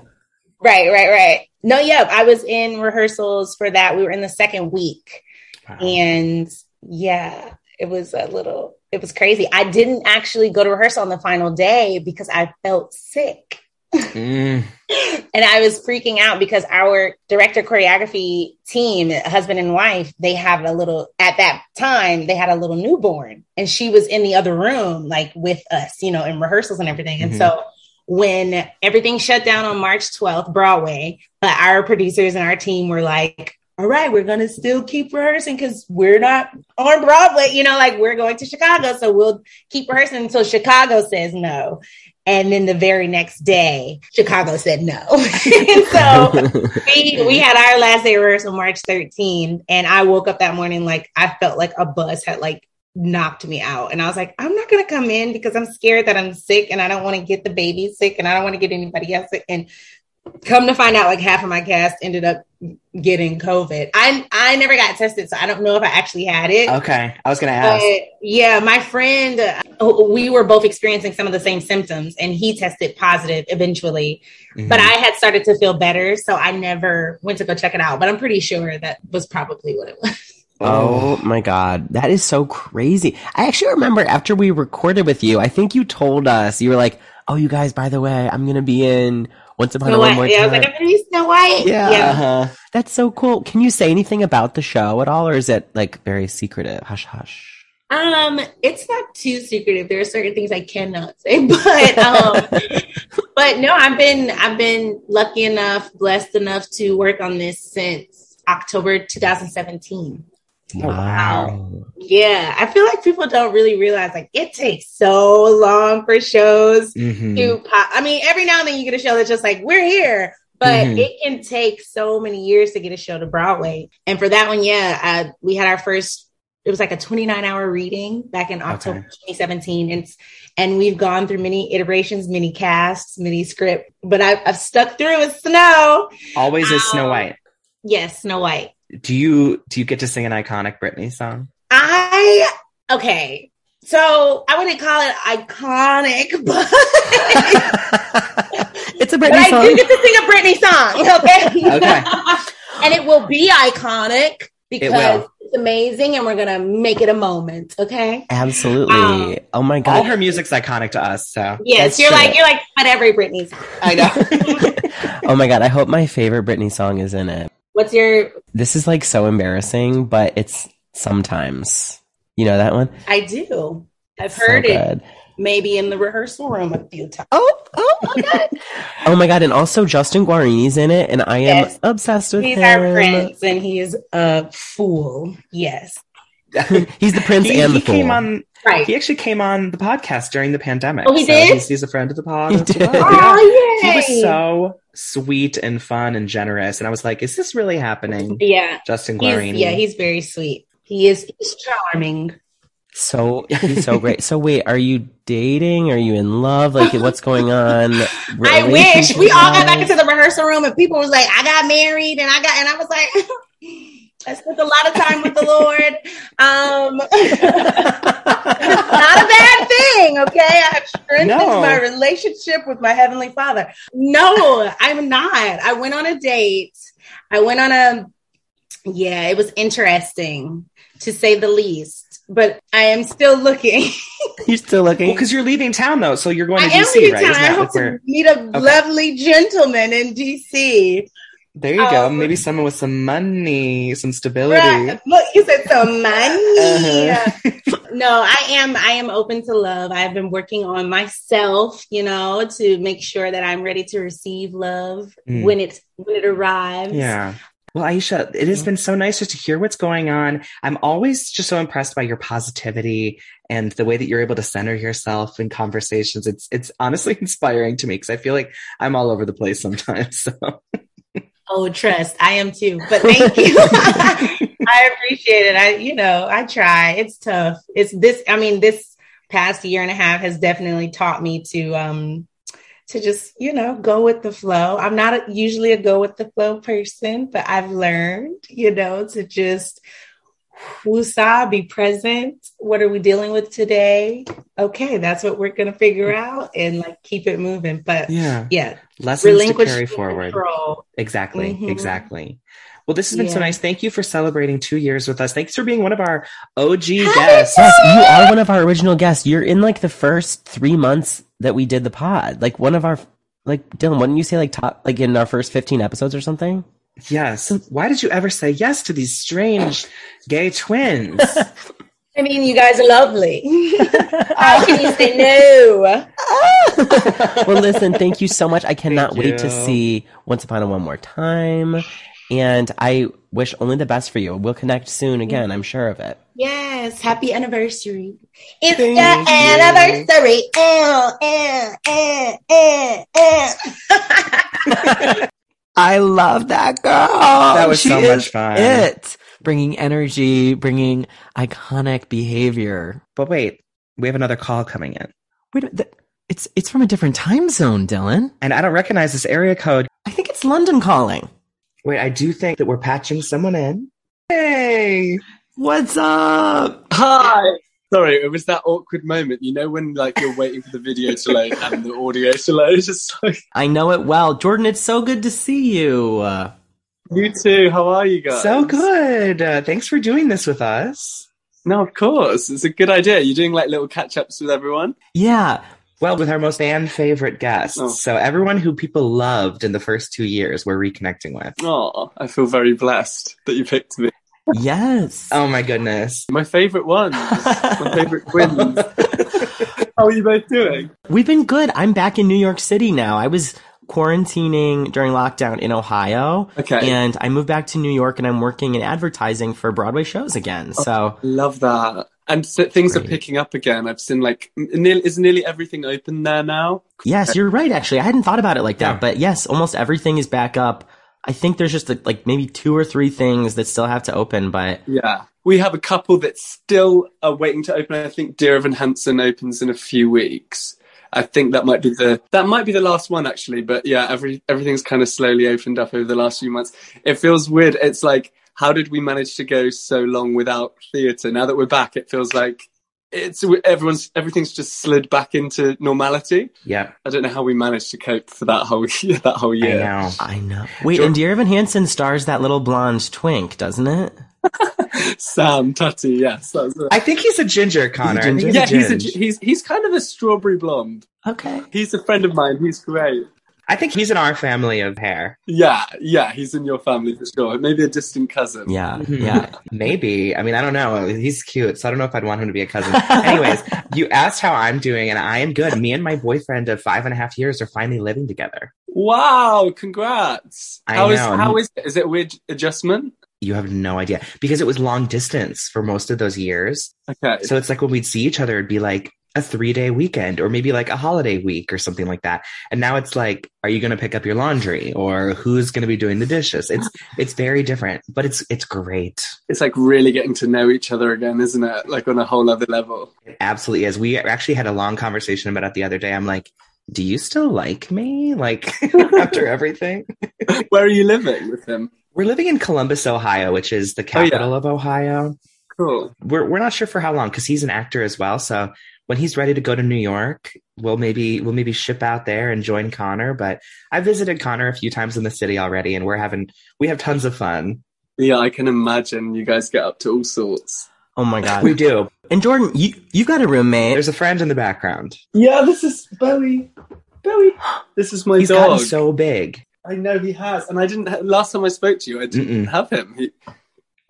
E: Right, right, right. No, yeah, I was in rehearsals for that. We were in the second week.
C: Wow.
E: And yeah, it was a little, it was crazy. I didn't actually go to rehearsal on the final day because I felt sick. *gasps*
C: Mm.
E: and I was freaking out because our director choreography team, husband and wife, they have a little, at that time, they had a little newborn and she was in the other room, like with us, you know, in rehearsals and everything. And
C: Mhm.
E: so when everything shut down on March 12th, Broadway, but our producers and our team were like, all right, we're going to still keep rehearsing because we're not on Broadway, you know, like we're going to Chicago. So we'll keep rehearsing until Chicago says no. And then the very next day, Chicago said no. *laughs* And
B: Mm.
E: so
B: *laughs*
E: we, we had our last day rehearsal March 13th. And I woke up that morning like I felt like a bus had like knocked me out. And I was like, I'm not going to come in because I'm scared that I'm sick and I don't want to get the baby sick and I don't want to get anybody else sick. And come to find out, like half of my cast ended up getting COVID. I, I never got tested. So I don't know if I actually had it.
C: okay, I was gonna ask.
E: But yeah, my friend, uh, who- we were both experiencing some of the same symptoms, and he tested positive eventually. Oh, But I had started to feel better, so I never went to go check it out. But I'm pretty sure that was probably what it was.
C: Mm-hmm.
B: Oh my god, that is so crazy. I actually remember after we recorded with you, I think you told us you were like, "Oh, you guys, by the way, I'm gonna be in Once Upon
E: Snow
B: a One More
E: White. Yeah, I was
B: Time."
E: like, I'm gonna be Snow White.
B: Yeah.
C: Uh-huh.
B: That's so cool. Can you say anything about the show at all, or is it like very secretive? Hush, hush.
E: Um, it's not too secretive. There are certain things I cannot say, *laughs* but um, but no, I've been I've been lucky enough, blessed enough to work on this since October 2017.
C: Oh, wow.
E: Yeah, I feel like people don't really realize like it takes so long for shows
C: Mhm.
E: to pop. I mean, every now and then you get a show that's just like we're here, but
C: Mhm.
E: it can take so many years to get a show to Broadway. And for that one, yeah, I, we had our first. It was like a 29 hour reading back in October 2017, and and we've gone through many iterations, many casts, many script. But I've, I've stuck through with Snow.
C: Always is Snow
E: Ow.
C: White.
E: Yes, Snow White.
C: Do you do you get to sing an iconic Britney song?
E: I okay. So I wouldn't call it iconic, *laughs* but,
B: *laughs* it's a
E: but
B: Britney
E: I do
B: song.
E: get to sing a Britney song. *laughs* Okay.
C: Okay.
E: and it will be iconic because
C: will.
E: it's amazing and we're gonna make it a moment, okay?
B: Absolutely.
E: Um,
B: oh my
C: All
B: god.
C: her music's iconic to us, so
E: Yes,
B: That's
E: you're
B: true.
E: like you're like but every Britney song.
C: I *laughs* know.
B: *laughs* oh my god. I hope my favorite Britney song is in it.
E: What's your
B: This is like so embarrassing, but it's sometimes. You know that one?
E: I do. I've
B: So
E: heard it
B: good.
E: maybe in the rehearsal room a few times.
B: Oh, oh my god. *laughs* oh my god. And also Justin Guarini's in it, and I am
E: Yes.
B: obsessed with
E: He's
B: him.
E: our prince and he is a fool. Yes.
B: *laughs* He's the prince
C: he,
B: and the
C: he came
B: fool.
C: on.
E: Right.
C: He actually came on the podcast during the pandemic.
E: Oh, he
C: so
E: did?
C: He's, he's a friend of the pod.
B: He
C: as
B: did.
C: well. Yeah.
E: Oh yeah.
C: He was so sweet and fun and generous, and I was like, "Is this really happening?"
E: yeah.
C: Justin
E: He's,
C: Guarini.
B: *laughs*
E: yeah, he's very sweet. He is he's charming.
B: so he's so great. So wait, are you dating? Are you in love? Like what's going on?
E: *laughs* I wish we all got back
B: Relationship-wise?
E: into the rehearsal room and people was like, I got married and I got and I was like, *laughs* I spent a lot of time with the Lord. Um *laughs* not a bad thing, okay? I've strengthened
C: No.
E: my relationship with my heavenly father. No, I'm not. I went on a date. I went on a yeah, it was interesting to say the least, but I am still looking.
B: *laughs* You're still
E: *laughs*
B: looking.
C: because you're leaving town though, so you're going
E: I
C: to
E: am
C: DC,
E: leaving
C: right?
E: town.
C: Isn't
E: I
C: that
E: hope
C: like
E: to
C: where-
E: meet a lovely gentleman in DC.
C: there you go.
E: um,
C: Maybe someone with some money, some stability.
E: Right. Look, you said
C: *laughs*
E: so money.
C: Uh-huh.
E: no, I am I am open to love. I've been working on myself, you know, to make sure that I'm ready to receive love
C: Mm.
E: when it's when it arrives.
C: Yeah. Well, Aisha, it has been so nice just to hear what's going on. I'm always just so impressed by your positivity and the way that you're able to center yourself in conversations. It's it's honestly *laughs* inspiring to me because I feel like I'm all over the place sometimes. *laughs* So
E: Oh, trust. I am too. But
C: *laughs*
E: thank you. *laughs* I appreciate it. I, you know, I try. It's tough. It's this, I mean, this past year and a half has definitely taught me to, um, to just, you know, go with the flow. I'm not usually a go with the flow person, but I've learned, you know, to just Wusa, be present. What are we dealing with today? Okay, that's what we're gonna figure out and like keep it moving. But yeah,
C: Yeah. Lessons to
E: relinquish
C: carry
E: the
C: forward.
E: control.
C: Exactly.
E: Mhm.
C: Exactly. Well, this has been so
E: Yeah.
C: nice. Thank you for celebrating two years with us. Thanks for being one of our OG
E: Hi,
C: guests.
B: Yes, you are one of our original guests. You're in like the first three months that we did the pod. Like one of our, like Dylan, wouldn't you say like top, like in our first 15 episodes or something?
C: Yes. Why did you ever say yes to these strange gay twins?
E: I mean, you guys are lovely. *laughs* How can you say no?
B: well, listen, thank you so much. I cannot
C: Thank
B: wait to
C: you.
B: see Once Upon a One More Time. And I wish only the best for you. We'll connect soon again. I'm sure of it.
E: Yes, happy anniversary. It's
C: Thank
E: the
C: you.
E: anniversary. Eh, eh, eh, eh, eh.
B: I love that girl.
C: that was so much fun.
B: It bringing energy, bringing iconic behavior.
C: But wait, we have another call coming in.
B: Wait, a minute, th- it's it's from a different time zone, Dylan.
C: And I don't recognize this area code.
B: I think it's London calling.
C: Wait, I do think that we're patching someone in. Hey.
B: What's up?
F: Hi. Sorry, it was that awkward moment. You know when like you're waiting for the video to load and the audio to load. It's just like
B: I know it well, Jordan. It's so good to see you. Uh,
F: you too. How are you guys?
C: So good. Uh, thanks for doing this with us.
F: No, of course. It's a good idea. You're doing like little catch ups with everyone.
B: yeah,
C: Well, with our most fan favorite guests.
F: Oh.
C: So everyone who people loved in the first two years, we're reconnecting with.
F: Oh, I feel very blessed that you picked me.
B: yes.
C: Oh my goodness.
F: My favourite ones. My favourite twins. How are you both doing?
B: We've been good. I'm back in New York City now. I was quarantining during lockdown in Ohio.
F: Okay.
B: And I moved back to New York and I'm working in advertising for Broadway shows again. So
F: Love that. And so things
B: Great.
F: are picking up again. I've seen like n- nearly, is nearly everything open there now?
B: yes, you're right actually. I hadn't thought about it like that,
C: Yeah.
B: but yes, almost everything is back up. I think there's just like, like maybe two or three things that still have to open, but
F: Yeah. We have a couple that still are waiting to open. I think Dear Evan Hansen opens in a few weeks. I think that might be the that might be the last one actually, but yeah, every everything's kind of slowly opened up over the last few months. It feels weird. It's like how did we manage to go so long without theatre? Now that we're back, it feels like it's everyone's everything's just slid back into normality.
C: Yep.
F: I don't know how we managed to cope for that whole *laughs* year, that whole
C: I
F: year.
C: know.
B: I know. Wait,
F: Sure.
B: and Dear Evan Hansen stars that little blonde twink, doesn't it?
F: Sam Tutty, yes, that was it.
C: I think he's a ginger, Connor.
B: ginger?
C: I
F: yeah,
C: think he's
F: he's
C: a
F: a,
C: ginger.
F: he's he's kind of a strawberry blonde.
B: Okay.
F: He's a friend of mine. He's great.
C: I think he's in our family of hair.
F: Yeah, yeah, he's in your family for sure. Maybe a distant cousin.
B: Yeah.
C: Mhm.
F: Mm-hmm.
B: Yeah.
C: Maybe. I mean, I don't know. He's cute, so I don't know if I'd want him to be a cousin. Anyways, you asked how I'm doing, and I am good. Me and my boyfriend of five and a half years are finally living together.
F: Wow, congrats.
C: I
F: How is
C: know.
F: how is it? Is it a weird adjustment?
C: You have no idea because it was long distance for most of those years.
F: Okay.
C: So it's like when we'd see each other, it'd be like a three day weekend or maybe like a holiday week or something like that. And now it's like, are you going to pick up your laundry or who's going to be doing the dishes? It's, it's very different, but it's, it's great.
F: It's like really getting to know each other again, isn't it? Like on a whole other level. *laughs*
C: It absolutely is. We actually had a long conversation about it the other day. I'm like, do you still like me? *laughs* Like after everything?
F: Where are you living with him?
C: We're living in Columbus, Ohio, which is
B: Oh,
C: the
F: yeah.
C: capital of Ohio.
F: Cool.
C: We're we're not sure for how long because he's an actor as well. So when he's ready to go to New York, we'll maybe we'll maybe ship out there and join Connor. But I visited Connor a few times in the city already, and we're having we have tons of fun.
F: Yeah, I can imagine you guys get up to all sorts.
B: Oh my god.
C: We do.
B: And Jordan, you you've got a roommate.
C: There's a friend in the background.
F: Yeah, this is Bowie. Bowie. *gasps* This is my
C: He's
F: dog.
C: gotten so big.
F: I know he has, and I didn't. ha- Last time I spoke to you, I didn't
C: Mm-mm.
F: have him. He,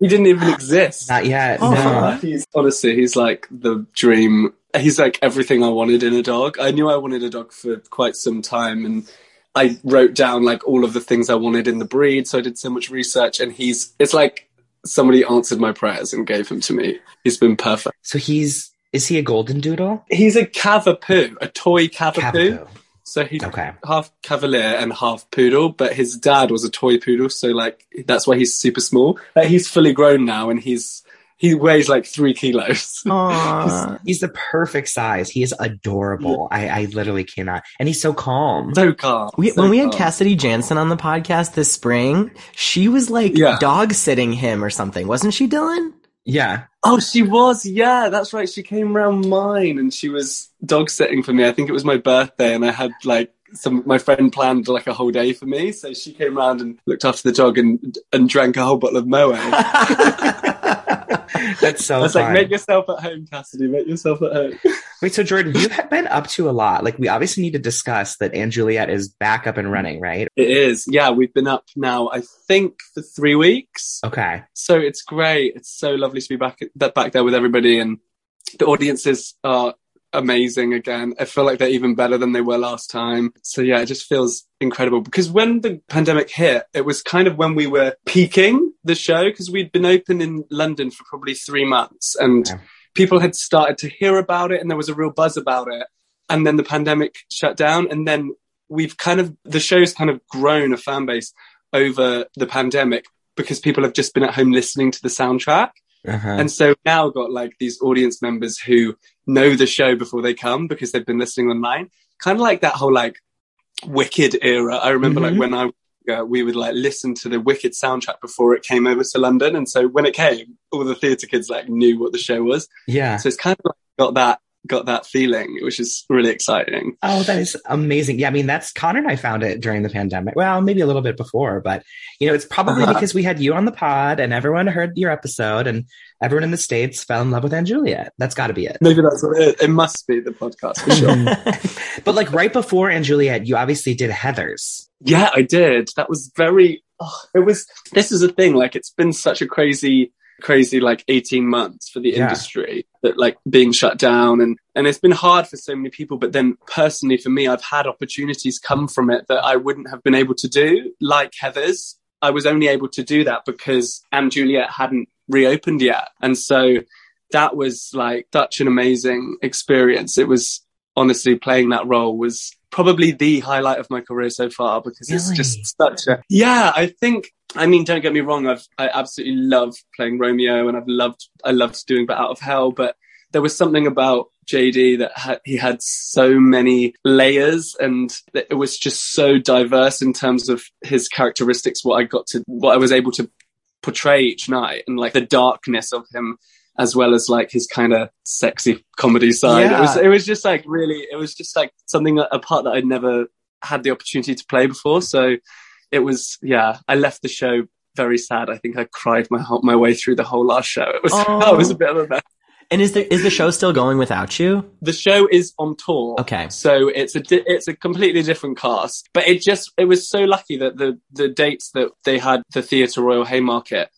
F: he didn't even exist.
C: Not yet.
B: Oh.
C: No.
F: He's honestly, he's like the dream. He's like everything I wanted in a dog. I knew I wanted a dog for quite some time, and I wrote down like all of the things I wanted in the breed. So I did so much research, and he's. It's like somebody answered my prayers and gave him to me. He's been perfect.
C: So he's is he a golden doodle?
F: He's a cavapoo, a toy cavapoo.
C: Cavapoo.
F: So he's
C: Okay.
F: half cavalier and half poodle, but his dad was a toy poodle, so like that's why he's super small. Like he's fully grown now, and he's he weighs like three kilos. *laughs*
B: Aw.
C: He's the perfect size. He is adorable. I, I literally cannot. And he's so calm.
F: so calm.
B: We,
F: so
B: when we had
F: calm.
B: Cassidy Jansen on the podcast this spring, she was like
F: Yeah.
B: dog sitting him or something, wasn't she, Dylan?
C: Yeah.
F: Oh, she was. Yeah, that's right. She came round mine and she was dog sitting for me. I think it was my birthday, and I had like some. My friend planned like a whole day for me, so she came round and looked after the dog and and drank a whole bottle
B: *laughs*
F: of Moet.
C: *laughs* That's so
F: I was
C: fun.
F: like, make yourself at home, Cassidy. Make yourself at home.
C: Wait, so Jordan, you have been up to a lot. Like we obviously need to discuss that Anne Juliet is back up and running, right?
F: It is. Yeah, we've been up now. I think for three weeks.
C: Okay.
F: So it's great. It's so lovely to be back that back there with everybody, and the audiences are amazing again. I feel like they're even better than they were last time. So yeah, it just feels incredible because when the pandemic hit, it was kind of when we were peaking the show because we'd been open in London for probably three months and
C: Yeah.
F: people had started to hear about it and there was a real buzz about it. And then the pandemic shut down and then we've kind of, the show's kind of grown a fan base over the pandemic because people have just been at home listening to the soundtrack.
C: Uh-huh.
F: And so now I've got like these audience members who know the show before they come because they've been listening online. Kind of like that whole like Wicked era. I remember
C: Mhm.
F: like when I uh, we would like listen to the Wicked soundtrack before it came over to London, and so when it came, all the theatre kids like knew what the show was.
C: Yeah.
F: So it's kind of like got that got that feeling, which is really exciting.
C: Oh, that is amazing. Yeah, I mean, that's Connor and I found it during the pandemic. Well, maybe a little bit before, but you know, it's probably
F: Uh-huh.
C: because we had you on the pod and everyone heard your episode and everyone in the States fell in love with Anne Juliet. That's got to be it.
F: Maybe that's what it is. It must be the podcast for sure.
C: but like right before Anne Juliet, you obviously did Heather's.
F: Yeah, I did. That was very. Oh, it was. This is a thing. Like, it's been such a crazy, crazy like eighteen months for the
C: Yeah.
F: industry that like being shut down and and it's been hard for so many people. But then personally, for me, I've had opportunities come from it that I wouldn't have been able to do, like Heather's. I was only able to do that because Anne Juliet hadn't reopened yet, and so that was like such an amazing experience. It was honestly playing that role was probably the highlight of my career so far because
C: Really?
F: it's just such a yeah i think i mean don't get me wrong i've i absolutely love playing romeo and i've loved i loved doing but out of hell but there was something about jd that ha- he had so many layers and that it was just so diverse in terms of his characteristics what i got to what i was able to portray each night and like the darkness of him as well as like his kind of sexy comedy side.
C: Yeah.
F: It was it was just like really it was just like something a part that I'd never had the opportunity to play before. So it was yeah, I left the show very sad. I think I cried my whole, my way through the whole last show. It was *laughs*
B: Oh.
F: it was a bit of a mess.
B: and is there is the show still going without you?
F: The show is on tour.
B: Okay.
F: So it's a di- it's a completely different cast, but it just it was so lucky that the the dates that they had the Theatre Royal Haymarket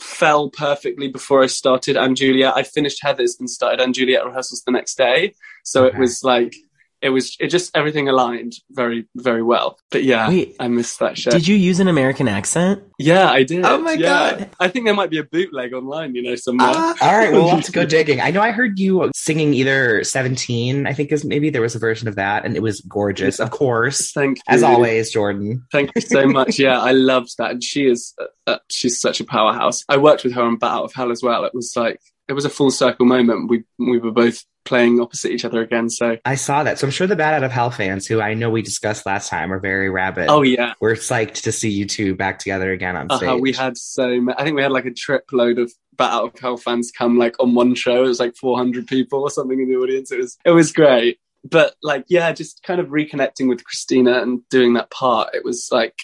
F: fell perfectly before I started Anne Juliet. I finished Heather's and started Anne Juliet rehearsals the next day, so
C: Okay.
F: it was like it was it just everything aligned very very well. But yeah,
B: Wait.
F: I missed that show.
B: Did you use an American accent?
F: yeah, I did.
B: Oh my
F: Yeah.
B: God. Ah.
F: I think there might be a bootleg online, you know, somewhere.
C: All right, we'll have to go digging. I know I heard you singing either 17, I think is maybe there was a version of that, and it was gorgeous, of course.
F: Thank you.
C: As always, Jordan.
F: Thank you so much. Yeah, I loved that, and she is uh, uh, she's such a powerhouse. I worked with her on Bat Out of Hell as well. It was like it was a full circle moment. We we were both playing opposite each other again. So
C: I saw that. So I'm sure the Bad Out of Hell fans, who I know we discussed last time, are very rabid.
F: oh yeah,
C: We're psyched to see you two back together again on stage.
F: uh-huh, we had so ma- I think we had like a trip load of Bat Out of Hell fans come like on one show. It was like 400 people or something in the audience. It was it was great. But like yeah, just kind of reconnecting with Christina and doing that part. It was like.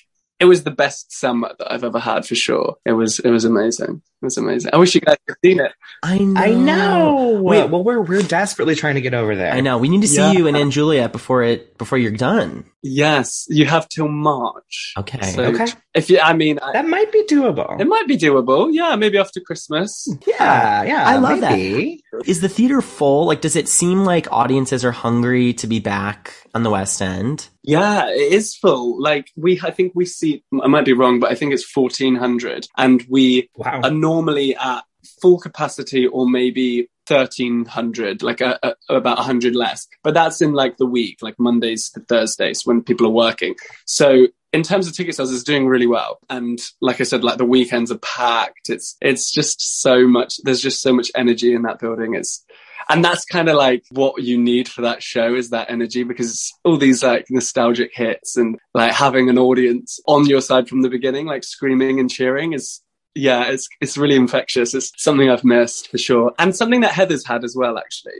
F: It was the best summer that I've ever had for sure. It was it was amazing. It was amazing. I wish you guys had seen it.
B: I know.
C: I know.
B: Wait.
C: well, we're we're desperately trying to get over there.
B: I know. We need to see
F: Yeah.
B: you and Anne Juliet before it before you're done.
F: Yes, you have till March.
B: Okay.
F: So
C: Okay,
F: if you, I mean, I,
C: that might be doable.
F: it might be doable. Yeah, maybe after Christmas.
C: yeah, yeah,
B: I love that.
C: maybe.
B: Is the theater full? Like, does it seem like audiences are hungry to be back on the West End?
F: Yeah, it is full. Like we, I think we see. I might be wrong, but I think it's fourteen hundred, and we
C: Wow.
F: are normally at full capacity or maybe 1300 like a, a, about 100 less but that's in like the week like mondays to thursdays when people are working so in terms of ticket sales it's doing really well and like i said like the weekends are packed it's it's just so much there's just so much energy in that building it's and that's kind of like what you need for that show is that energy because it's all these like nostalgic hits and like having an audience on your side from the beginning like screaming and cheering is yeah, it's it's really infectious. It's something I've missed for sure, and something that Heather's had as well, actually,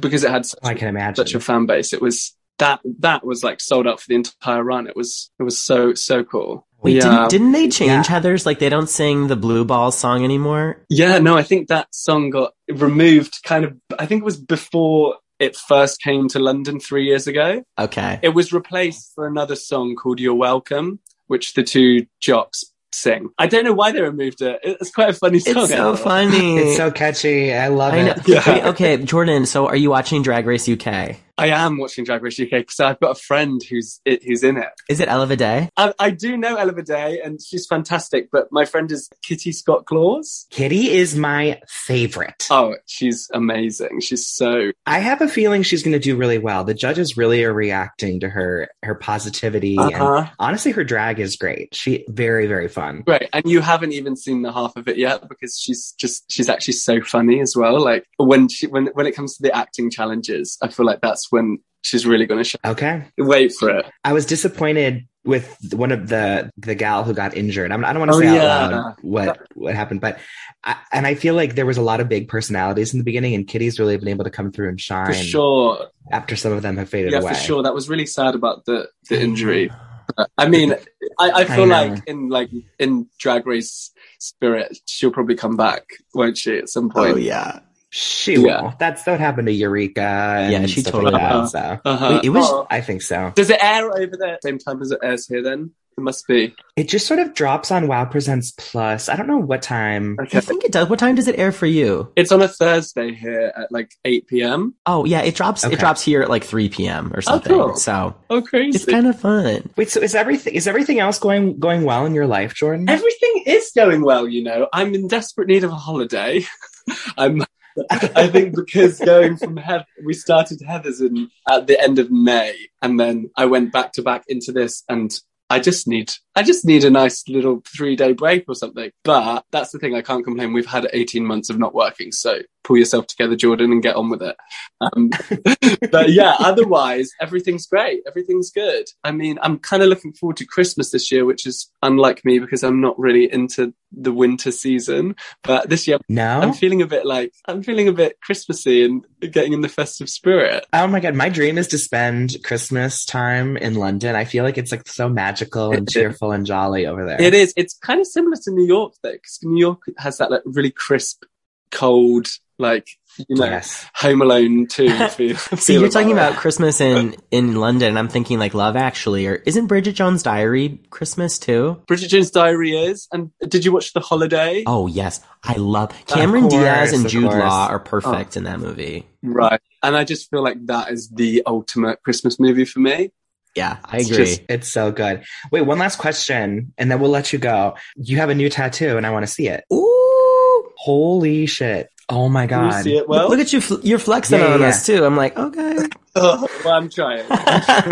F: because it had such,
C: I can imagine.
F: such a fan base. It was that that was like sold out for the entire run. It was it was so so cool.
B: Wait,
F: yeah.
B: didn't, didn't they change
C: Yeah.
B: Heather's? Like they don't sing the Blue Ball song anymore.
F: Yeah, no, I think that song got removed kind of, I think it was before it first came to London three years ago.
B: Okay.
F: It was replaced for another song called You're Welcome, which the two jocks sing. I don't know why they removed it. It's quite a funny song.
B: It's so
F: I thought.
B: funny.
C: *laughs* it's
F: Mm.
C: so catchy. I love
B: I know.
C: it.
F: Yeah.
B: Wait, okay, Jordan. So, are you watching Drag Race UK?
F: I am watching Drag Race UK because I've got a friend who's it, who's in it.
B: Is it Ella Day?
F: I, I do know Ella Day and she's fantastic, but my friend is Kitty Scott Claus.
C: Kitty is my favorite.
F: Oh, she's amazing. She's so
C: I have a feeling she's going to do really well. The judges really are reacting to her her positivity and
F: uh-huh.
C: honestly her drag is great. She very very fun.
F: Right, and you haven't even seen the half of it yet because she's just she's actually so funny as well. Like when she when when it comes to the acting challenges, I feel like that's when she's really going to sh-
C: Okay.
F: wait for it.
C: I was disappointed with one of the the gal who got injured. I'm, I don't want to
F: Oh,
C: say
F: yeah.
C: out loud what what happened, but I, and I feel like there was a lot of big personalities in the beginning, and Kitty's really been able to come through and shine
F: For sure,
C: after some of them have faded
F: yeah,
C: away.
F: for sure. That was really sad about the
B: *sighs*
F: the injury. But, I mean, I, I
C: I know.
F: feel like in like in Drag Race spirit, she'll probably come back, won't she? At some point.
B: Oh, yeah.
C: She
F: Yeah.
C: will. That's what happened to Eureka. And
B: Yeah, she
C: stuff
B: totally
C: like that,
F: will.
C: so
F: Uh-huh.
B: Wait, it was-
F: Oh.
C: I think so.
F: Does it air over there at the same time as it airs here? Then it must be.
C: It just sort of drops on Wow Presents Plus. I don't know what time.
B: I
F: Okay.
B: think it does. What time does it air for you?
F: It's on a Thursday here at like 8 p.m.
B: Oh yeah, it drops.
C: Okay.
B: It drops here at like three p.m. or something.
F: cool.
B: So
F: Oh, crazy.
B: it's kind of fun.
C: Wait, so is everything is everything else going going well in your life, Jordan?
F: Everything is going well, you know. I'm in desperate need of a holiday. *laughs* I'm, *laughs* I think because going from Heath we started Heather's in at the end of May, and then I went back to back into this, and I just need, I just need a nice little three day break or something. But that's the thing, I can't complain. We've had 18 months of not working, so pull yourself together, Jordan, and get on with it. Um, *laughs* but yeah, otherwise, everything's great. Everything's good. I mean, I'm kind of looking forward to Christmas this year, which is unlike me because I'm not really into the winter season. But this year, I'm
C: *laughs* no.
F: feeling a bit like, I'm feeling a bit Christmassy and getting in the festive spirit.
C: Oh my god, my dream is to spend Christmas time in London. I feel like it's like so magical and cheerful and jolly over there.
F: It is. It's kind of similar to New York, though, because New York has that like really crisp, cold, like, you know,
C: Yes.
F: Home
B: *laughs*
F: Alone 2 feel.
B: See,
F: feel
B: you're talking
F: it.
B: about Christmas in in London, and I'm thinking like Love Actually, or isn't Bridget Jones' Diary Christmas too?
F: Bridget Jones' Diary is. And did you watch The Holiday?
B: Oh yes, I love Cameron
C: course,
B: Diaz and
C: of
B: Jude
C: course.
B: Law are perfect in that movie.
F: Right. And I just feel like that is the ultimate Christmas movie for me.
B: Yeah, I
C: It's
B: agree.
C: just- it's so good. Wait, one last question, and then we'll let you go. You have a new tattoo, and I want to see it.
B: Ooh,
C: Holy shit! Oh my
F: Can you
C: god!
F: see it well?
B: look at you! fl- You're flexing
C: Yeah, yeah,
B: on
C: yeah.
B: us too. I'm like, okay.
F: well,
B: *laughs*
F: I'm trying.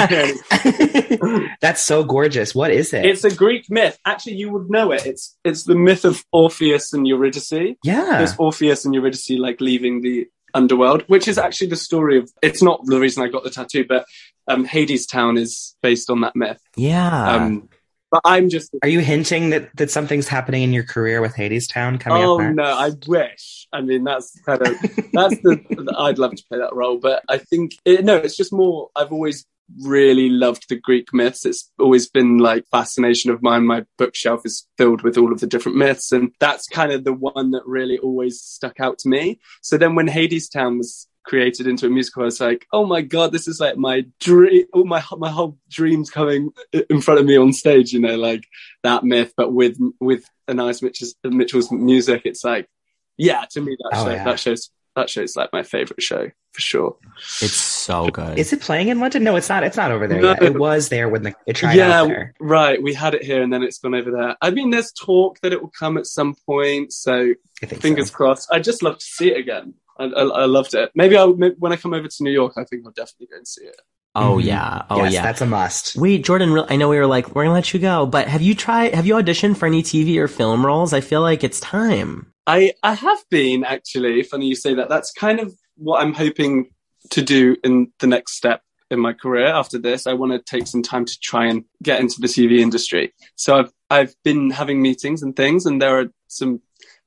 F: Okay.
C: *laughs* That's so gorgeous. What is it?
F: It's a Greek myth. Actually, you would know it. It's it's the myth of Orpheus and Eurydice.
C: yeah.
F: There's Orpheus and Eurydice like leaving the underworld, which is actually the story of. It's not the reason I got the tattoo, but um, Hades Town is based on that myth.
C: Ah.
B: Yeah.
F: Um, but I'm just.
C: Are you hinting that, that something's happening in your career with Hades Town coming
F: Oh
C: up? next?
F: no, I wish. I mean, that's kind
C: *laughs*
F: of that's the, the- I'd love to play that role, but I think it, no, it's just more. I've always really loved the Greek myths. It's always been like fascination of mine. My bookshelf is filled with all of the different myths, and that's kind of the one that really always stuck out to me. So then, when Hades Town was created into a musical, I was like, oh my god, this is like my dream. Oh, my my whole dreams coming in front of me on stage. You know, like that myth, but with with a nice Mitchell's, Mitchell's music. It's like, yeah, to me that
C: Oh,
F: show,
C: yeah.
F: that shows that show's like my favorite show for sure.
B: it's so good.
C: Is it playing in London? No, it's not. It's not over there
F: No.
C: yet. It was there when the, it tried
F: yeah,
C: out there.
F: right. We had it here and then it's gone over there. I mean, there's talk that it will come at some point, so
C: I think
F: fingers
C: so.
F: crossed. I'd just love to see it again. I, I, I loved it. Maybe I'll maybe when I come over to New York, I think I'll definitely go and see it.
B: oh
C: Mhm.
B: yeah. Oh
C: yes,
B: yeah.
C: that's a must.
B: Wait, Jordan. re- I know we were like, we're gonna let you go, but have you tried? Have you auditioned for any TV or film roles? I feel like it's time.
F: I I have been actually. Funny you say that. That's kind of what I'm hoping to do in the next step in my career after this. I want to take some time to try and get into the TV industry. So I've I've been having meetings and things, and there are some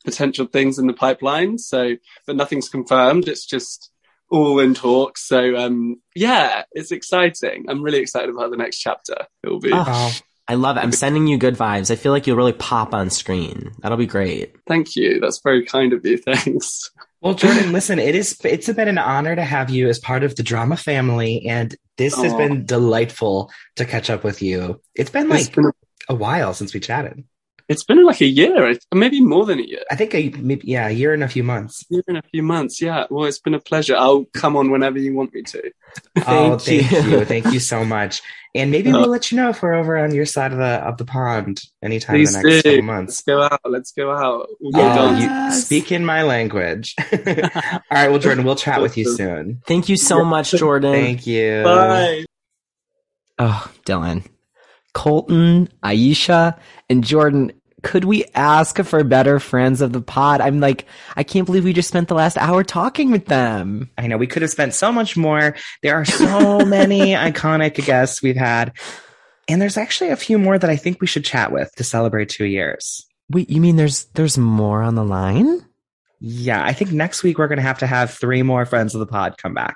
F: potential things in the pipeline. So, but nothing's confirmed. It's just all in talks. So, um, yeah, it's exciting. I'm really excited about the next chapter. It will be.
C: Ah.
B: Oh, I love it. I'm sending you good vibes. I feel like you'll really pop on screen. That'll be great.
F: Thank you. That's very kind of you. *laughs* Thanks.
C: Well, Jordan, listen, it is it's been an honor to have you as part of the drama family, and this has
F: Aw.
C: been delightful to catch up with you. It's been
F: It's
C: like
F: been,
C: a while since we chatted.
F: it's been like a year, I th- maybe more than a year.
C: I think a, maybe, yeah, a year and a few months.
F: year and a few months. Yeah. Well, it's been a pleasure. I'll come on whenever you want me to.
C: oh,
B: Thank
C: thank
B: you.
C: you. thank you so much. And maybe
F: Uh,
C: we'll let you know if we're over on your side of the of the pond anytime in
F: Please
C: the next
F: do.
C: couple
F: Let's
C: months.
F: go out. Let's go out. We'll go
C: Oh,
F: dance.
C: you speak in my language. *laughs* All right, well, Jordan, we'll chat with you
F: *laughs*
C: soon.
B: Thank you so much, Jordan.
C: Thank you.
F: Bye.
B: Oh, Dylan. Colton, Aisha, and Jordan, could we ask for better friends of the pod? I'm like, I can't believe we just spent the last hour talking with them.
C: I know we could have spent so much more. There are
F: *laughs*
C: so many iconic guests we've had. And there's actually a few more that I think we should chat with to celebrate two years.
B: Wait, you mean there's there's more on the line?
C: Yeah, I think next week we're going to have to have three more friends of the pod come back.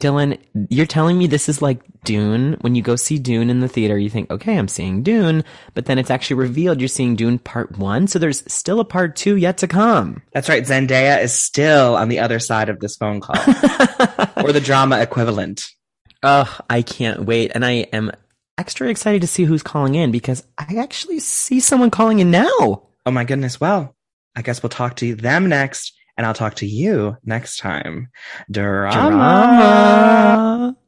B: Dylan, you're telling me this is like Dune. When you go see Dune in the theater, you think, okay, I'm seeing Dune, but then it's actually revealed you're seeing Dune part one. So there's still a part two yet to come.
C: That's right. Zendaya is still on the other side of this phone call or the drama equivalent.
B: *laughs* Oh, I can't wait. And I am extra excited to see who's calling in because I actually see someone calling in now.
C: Oh my goodness. Well, I guess we'll talk to them next and I'll talk to you next time. Drama.
B: Drama.